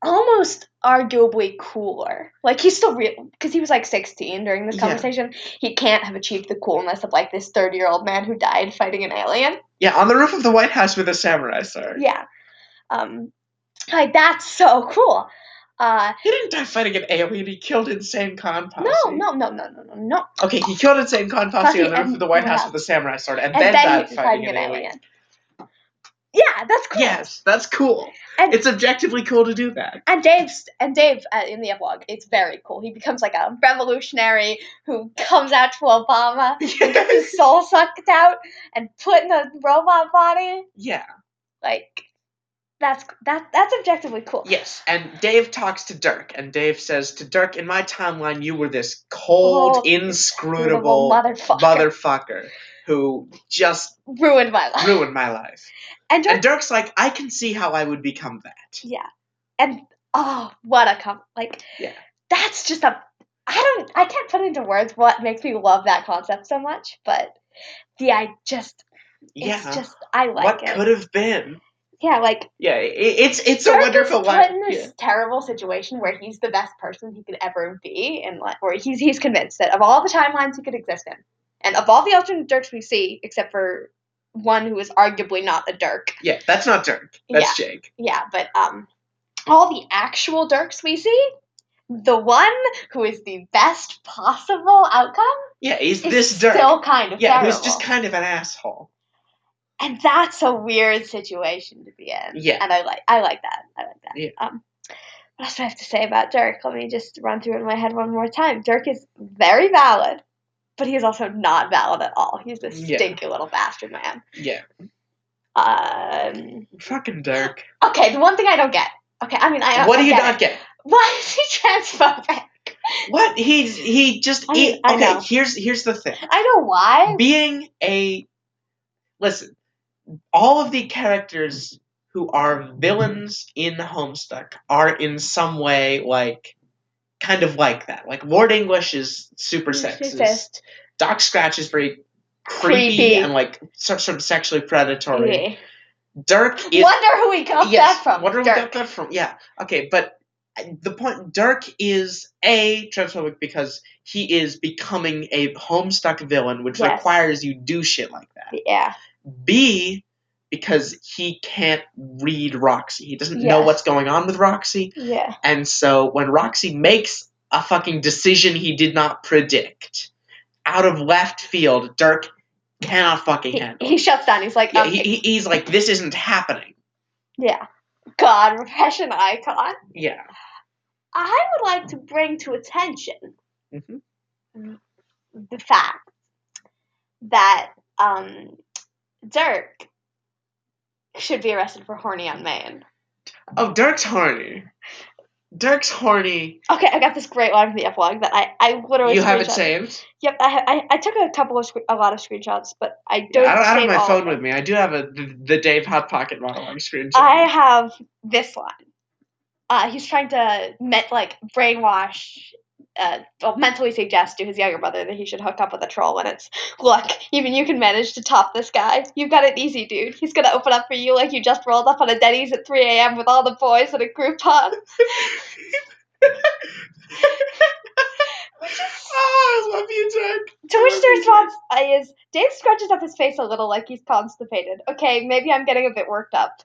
S1: almost arguably cooler. Like he's still real because he was like 16 during this
S2: Yeah.
S1: conversation. He can't have achieved the coolness of like this 30 year old man who died fighting an alien.
S2: Yeah, on the roof of the White House with a samurai sword.
S1: Yeah, um, like that's so cool. Uh,
S2: He didn't die fighting an alien. He killed Insane Khan Posse.
S1: no, no, no, no, no, no, no.
S2: Okay, he killed Insane Khan Posse
S1: Posse
S2: on the roof
S1: and-
S2: of the White
S1: yeah.
S2: House with a samurai sword, and,
S1: And
S2: then,
S1: then,
S2: died
S1: he's
S2: fighting an alien.
S1: Yeah, that's cool.
S2: Yes, that's cool.
S1: And-
S2: it's objectively cool to do that.
S1: And Dave's and Dave uh, in the epilogue, it's very cool. He becomes like a revolutionary who comes out to Obama, gets his soul sucked out, and put in a robot body.
S2: yeah.
S1: Like that's that that's objectively cool.
S2: Yes, and Dave talks to Dirk, and Dave says to Dirk, "In my timeline, you were this cold,
S1: Cold,
S2: inscrutable
S1: motherfucker
S2: motherfucker who just
S1: ruined my life.
S2: ruined my life."
S1: And, Dirk,
S2: And Dirk's like, "I can see how I would become that."
S1: yeah, and oh, what a com like
S2: Yeah.
S1: That's just a I don't I can't put into words what makes me love that concept so much, but the I just
S2: Yeah,
S1: it's just I like
S2: what
S1: it.
S2: could have been?
S1: yeah, like
S2: Yeah, i it's it's
S1: Dirk
S2: a wonderful
S1: is
S2: one.
S1: put in this
S2: Yeah.
S1: terrible situation where he's the best person he could ever be, and like, where he's he's convinced that of all the timelines he could exist in, and of all the alternate Dirks we see, except for one who is arguably not a Dirk,
S2: Yeah, that's not Dirk. That's Jake.
S1: yeah, but um, all the actual Dirks we see, the one who is the best possible outcome
S2: Yeah, he's
S1: is
S2: this Dirk.
S1: still kind of
S2: yeah,
S1: terrible,
S2: who's just kind of an asshole.
S1: and that's a weird situation to be in.
S2: Yeah.
S1: and I like I like that. I like that.
S2: Yeah.
S1: Um, what else do I have to say about Dirk? Let me just run through it in my head one more time. Dirk is very valid, but he is also not valid at all. He's this
S2: Yeah.
S1: stinky little bastard man.
S2: Yeah,
S1: Um,
S2: fucking Dirk.
S1: okay, the one thing I don't get. Okay, I mean I don't
S2: What do you
S1: get
S2: not
S1: it.
S2: get?
S1: Why is he transphobic?
S2: What he's he just
S1: I-
S2: he-
S1: I
S2: okay.
S1: know.
S2: Here's here's the thing.
S1: I know why.
S2: Being a listen, all of the characters who are villains in Homestuck are in some way like kind of like that. Like Lord English is super sexist.
S1: Sexist.
S2: Doc Scratch is very creepy,
S1: Creepy.
S2: and like sort sort of sexually predatory.
S1: Okay.
S2: Dirk is
S1: Wonder who he got
S2: yes.
S1: that from.
S2: Wonder
S1: Dirk.
S2: where we got that from. Yeah. Okay, but uh, the point Dirk is a transphobic because he is becoming a homestuck villain, which
S1: Yes.
S2: requires you do shit like that.
S1: Yeah.
S2: B because he can't read Roxy. He doesn't know
S1: Yes.
S2: what's going on with Roxy.
S1: Yeah.
S2: And so when Roxy makes a fucking decision he did not predict out of left field, Dirk cannot fucking
S1: He,
S2: handle. it.
S1: he shuts down. He's like,
S2: yeah,
S1: um,
S2: he, he- he's like, this isn't happening.
S1: yeah. God, repression icon.
S2: Yeah.
S1: I would like to bring to attention
S2: hmm
S1: the fact that um, Dirk should be arrested for horny on Maine.
S2: Oh, Dirk's horny. Dirk's horny.
S1: Okay, I got this great line from the epilogue that I, I literally
S2: you have it
S1: screenshot-
S2: saved.
S1: Yep, I, ha- I I took a couple of sc- a lot of screenshots, but I
S2: Yeah,
S1: don't.
S2: I
S1: save
S2: don't, I don't have my
S1: all of Oh,
S2: phone
S1: them.
S2: with me. I do have a the, the Dave Hot Pocket monologue screenshot.
S1: I have this line. Uh, he's trying to met, like brainwash, uh, well, mentally suggest to his younger brother that he should hook up with a troll. When it's look, even you can manage to top this guy. You've got it easy, dude. He's gonna open up for you like you just rolled up on a Denny's at 3 a.m. with all the boys in a group hug.
S2: oh, I love you, Dirk.
S1: To which the response is Dave scrunches up his face a little like he's constipated. Okay, maybe I'm getting a bit worked up.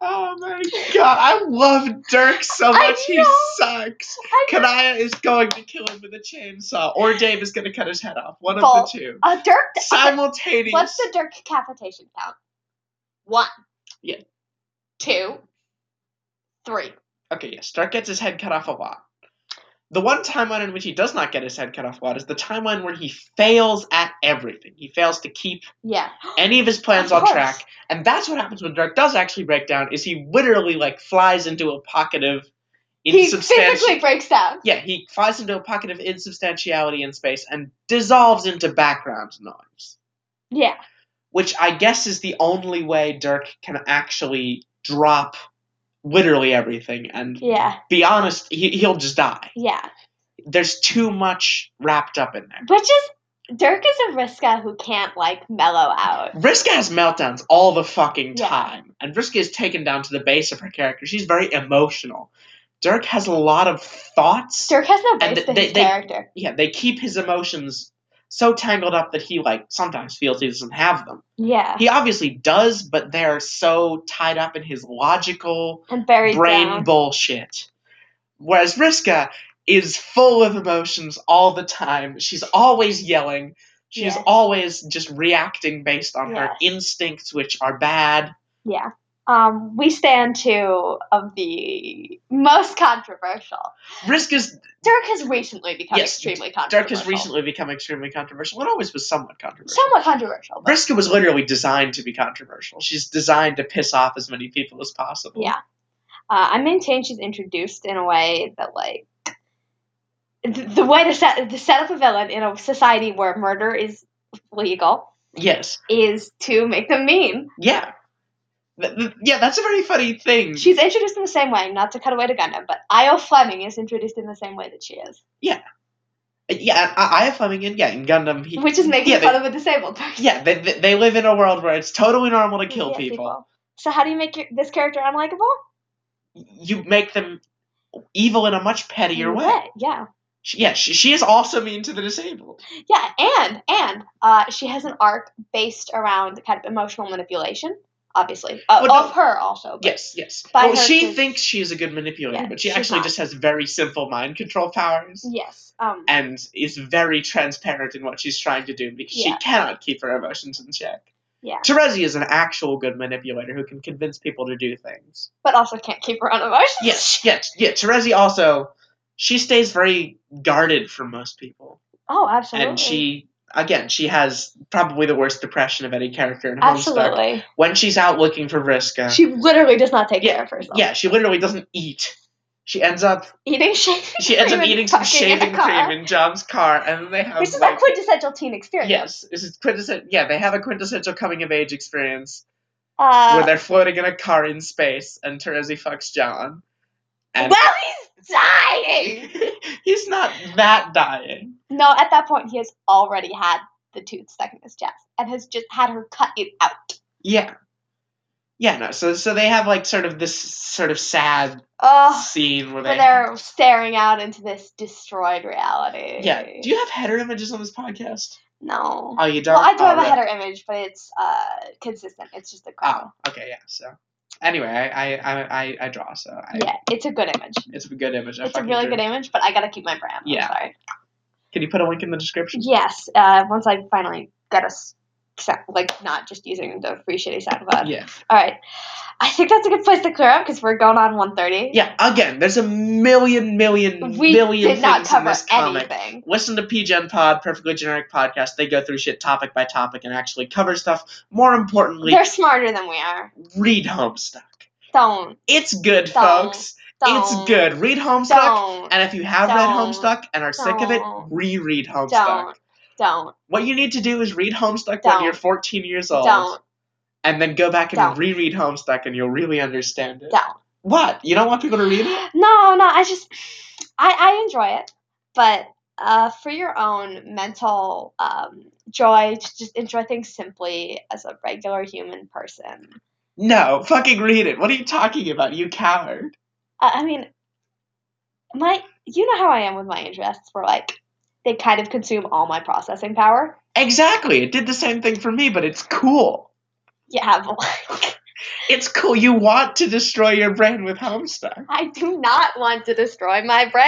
S2: Oh my god, I love Dirk so
S1: I
S2: much. He
S1: know.
S2: sucks.
S1: I
S2: Kanaya is going to kill him with a chainsaw, or Dave is going to cut his head off. One
S1: Both.
S2: of the two.
S1: Uh, Dirk.
S2: Simultaneous.
S1: What's the Dirk capitation count? One.
S2: Yeah.
S1: Two. Three.
S2: Okay, yes. Dirk gets his head cut off a lot. The one timeline in which he does not get his head cut off a lot is the timeline where he fails at everything. He fails to keep
S1: Yeah.
S2: any of his plans
S1: Of
S2: on
S1: course.
S2: track, and that's what happens when Dirk does actually break down. Is he literally like flies into a pocket of
S1: He
S2: insubstantiality?
S1: physically breaks down.
S2: yeah, he flies into a pocket of insubstantiality in space and dissolves into background noise,
S1: Yeah.
S2: which I guess is the only way Dirk can actually drop literally everything and
S1: Yeah.
S2: be honest, he, he'll just die.
S1: Yeah.
S2: There's too much wrapped up in there.
S1: Which is Dirk is a Riska who can't like mellow out.
S2: Vriska has meltdowns all the fucking
S1: Yeah.
S2: time, and Vriska is taken down to the base of her character. She's very emotional. Dirk has a lot of thoughts.
S1: Dirk has no
S2: And
S1: base to
S2: they-
S1: his
S2: they-
S1: character.
S2: Yeah, they keep his emotions so tangled up that he like sometimes feels he doesn't have them.
S1: Yeah,
S2: He obviously does, but they're so tied up in his logical
S1: and buried
S2: brain
S1: down.
S2: bullshit. Whereas Riska is full of emotions all the time. She's always yelling. She's
S1: Yes.
S2: always just reacting based on her
S1: Yes.
S2: instincts, which are bad.
S1: yeah. Um, we stand two of the most controversial.
S2: Riska's
S1: Dirk has recently become
S2: Yes,
S1: extremely controversial.
S2: Dirk has recently become extremely controversial. It always was somewhat controversial.
S1: somewhat controversial. But
S2: Riska was literally designed to be controversial. She's designed to piss off as many people as possible.
S1: Yeah. uh, I maintain she's introduced in a way that like the, the way to set the set up a villain in a society where murder is legal
S2: Yes.
S1: is to make them mean.
S2: Yeah. Th- th- yeah, that's a very funny thing.
S1: She's introduced in the same way, not to cut away to Gundam, but Io Fleming is introduced in the same way that she is,
S2: yeah, I, I have Fleming in, yeah, in Gundam. He,
S1: which is making
S2: yeah,
S1: fun
S2: they,
S1: of a disabled person.
S2: yeah they, they, they live in a world where it's totally normal to kill
S1: Yeah,
S2: people.
S1: So how do you make your, this character unlikable?
S2: You make them evil in a much pettier way.
S1: Yeah.
S2: She, yeah, she, she is also mean to the disabled.
S1: Yeah, and and uh, she has an arc based around kind of emotional manipulation, obviously of,
S2: Well, no.
S1: of her also. but-
S2: Yes, yes.
S1: By
S2: well,
S1: her
S2: she
S1: to-
S2: thinks she is a good manipulator,
S1: Yeah,
S2: but she
S1: she's
S2: actually
S1: not.
S2: just has very simple mind control powers.
S1: Yes. Um.
S2: and is very transparent in what she's trying to do because
S1: Yeah.
S2: she cannot keep her emotions in check.
S1: Yeah.
S2: Terezi is an actual good manipulator who can convince people to do things.
S1: But also can't keep her own emotions.
S2: Yes, yes, yeah. Terezi also she stays very guarded from most people,
S1: Oh, absolutely.
S2: and she again she has probably the worst depression of any character in Homestuck.
S1: absolutely.
S2: When she's out looking for Vriska,
S1: She literally does not take care of herself.
S2: yeah, she literally doesn't eat. She ends up
S1: Eating shaving.
S2: she ends up
S1: cream and
S2: eating some
S1: fucking in the
S2: shaving
S1: car,
S2: cream in John's car, and then they have
S1: Which is a
S2: like
S1: quintessential teen experience.
S2: Yes, this is quintessential. Yeah, they have a quintessential coming of age experience where
S1: Uh,
S2: they're floating in a car in space, and Terezi fucks John. And
S1: well, he's dying.
S2: he's not that dying.
S1: no, at that point he has already had the tooth stuck in his chest and has just had her cut it out.
S2: Yeah, yeah. No, so so they have like sort of this sort of sad
S1: Oh,
S2: scene
S1: where
S2: where they.
S1: they're staring out into this destroyed reality.
S2: yeah. Do you have header images on this podcast?
S1: no.
S2: Oh, you don't.
S1: well, I do
S2: Oh,
S1: have a
S2: right.
S1: header image, but it's uh consistent. It's just a crown.
S2: Oh, okay, yeah. So, anyway, I I I, I, I draw. So I,
S1: Yeah, it's a good image.
S2: it's a good image. I
S1: It's a
S2: fucking
S1: really
S2: drew.
S1: good image, but I gotta keep my brand.
S2: Yeah.
S1: I'm sorry.
S2: Can you put a link in the description?
S1: Yes. Uh, once I finally get us like not just using the free shitty SoundCloud.
S2: Yeah.
S1: All right. I think that's a good place to clear up because we're going on 130.
S2: Yeah, again, there's a million, million,
S1: We
S2: million
S1: did not
S2: things in
S1: cover
S2: this comic.
S1: anything.
S2: Listen to PGen Pod, perfectly generic podcast. They go through shit topic by topic and actually cover stuff. More importantly,
S1: They're smarter than we are.
S2: read Homestuck.
S1: Don't.
S2: It's good,
S1: Don't.
S2: folks.
S1: Don't.
S2: It's good. Read Homestuck.
S1: Don't.
S2: And if you have read
S1: Don't.
S2: Homestuck and are sick of it,
S1: Don't.
S2: reread Homestuck.
S1: Don't. Don't.
S2: What you need to do is read Homestuck when
S1: Don't.
S2: you're 14 years old.
S1: Don't.
S2: And then go back and
S1: Don't.
S2: reread Homestuck and you'll really understand it.
S1: Don't.
S2: What? You don't want people to read it?
S1: No, no, I just I, I enjoy it, but uh, for your own mental um, joy, just, just enjoy things simply as a regular human person.
S2: No, fucking read it. What are you talking about, you coward?
S1: I, I mean, my you know how I am with my interests. Where like they kind of consume all my processing power.
S2: Exactly. It did the same thing for me, but it's cool.
S1: Yeah, but like
S2: It's cool. You want to destroy your brain with Homestuck.
S1: I do not want to destroy my brain.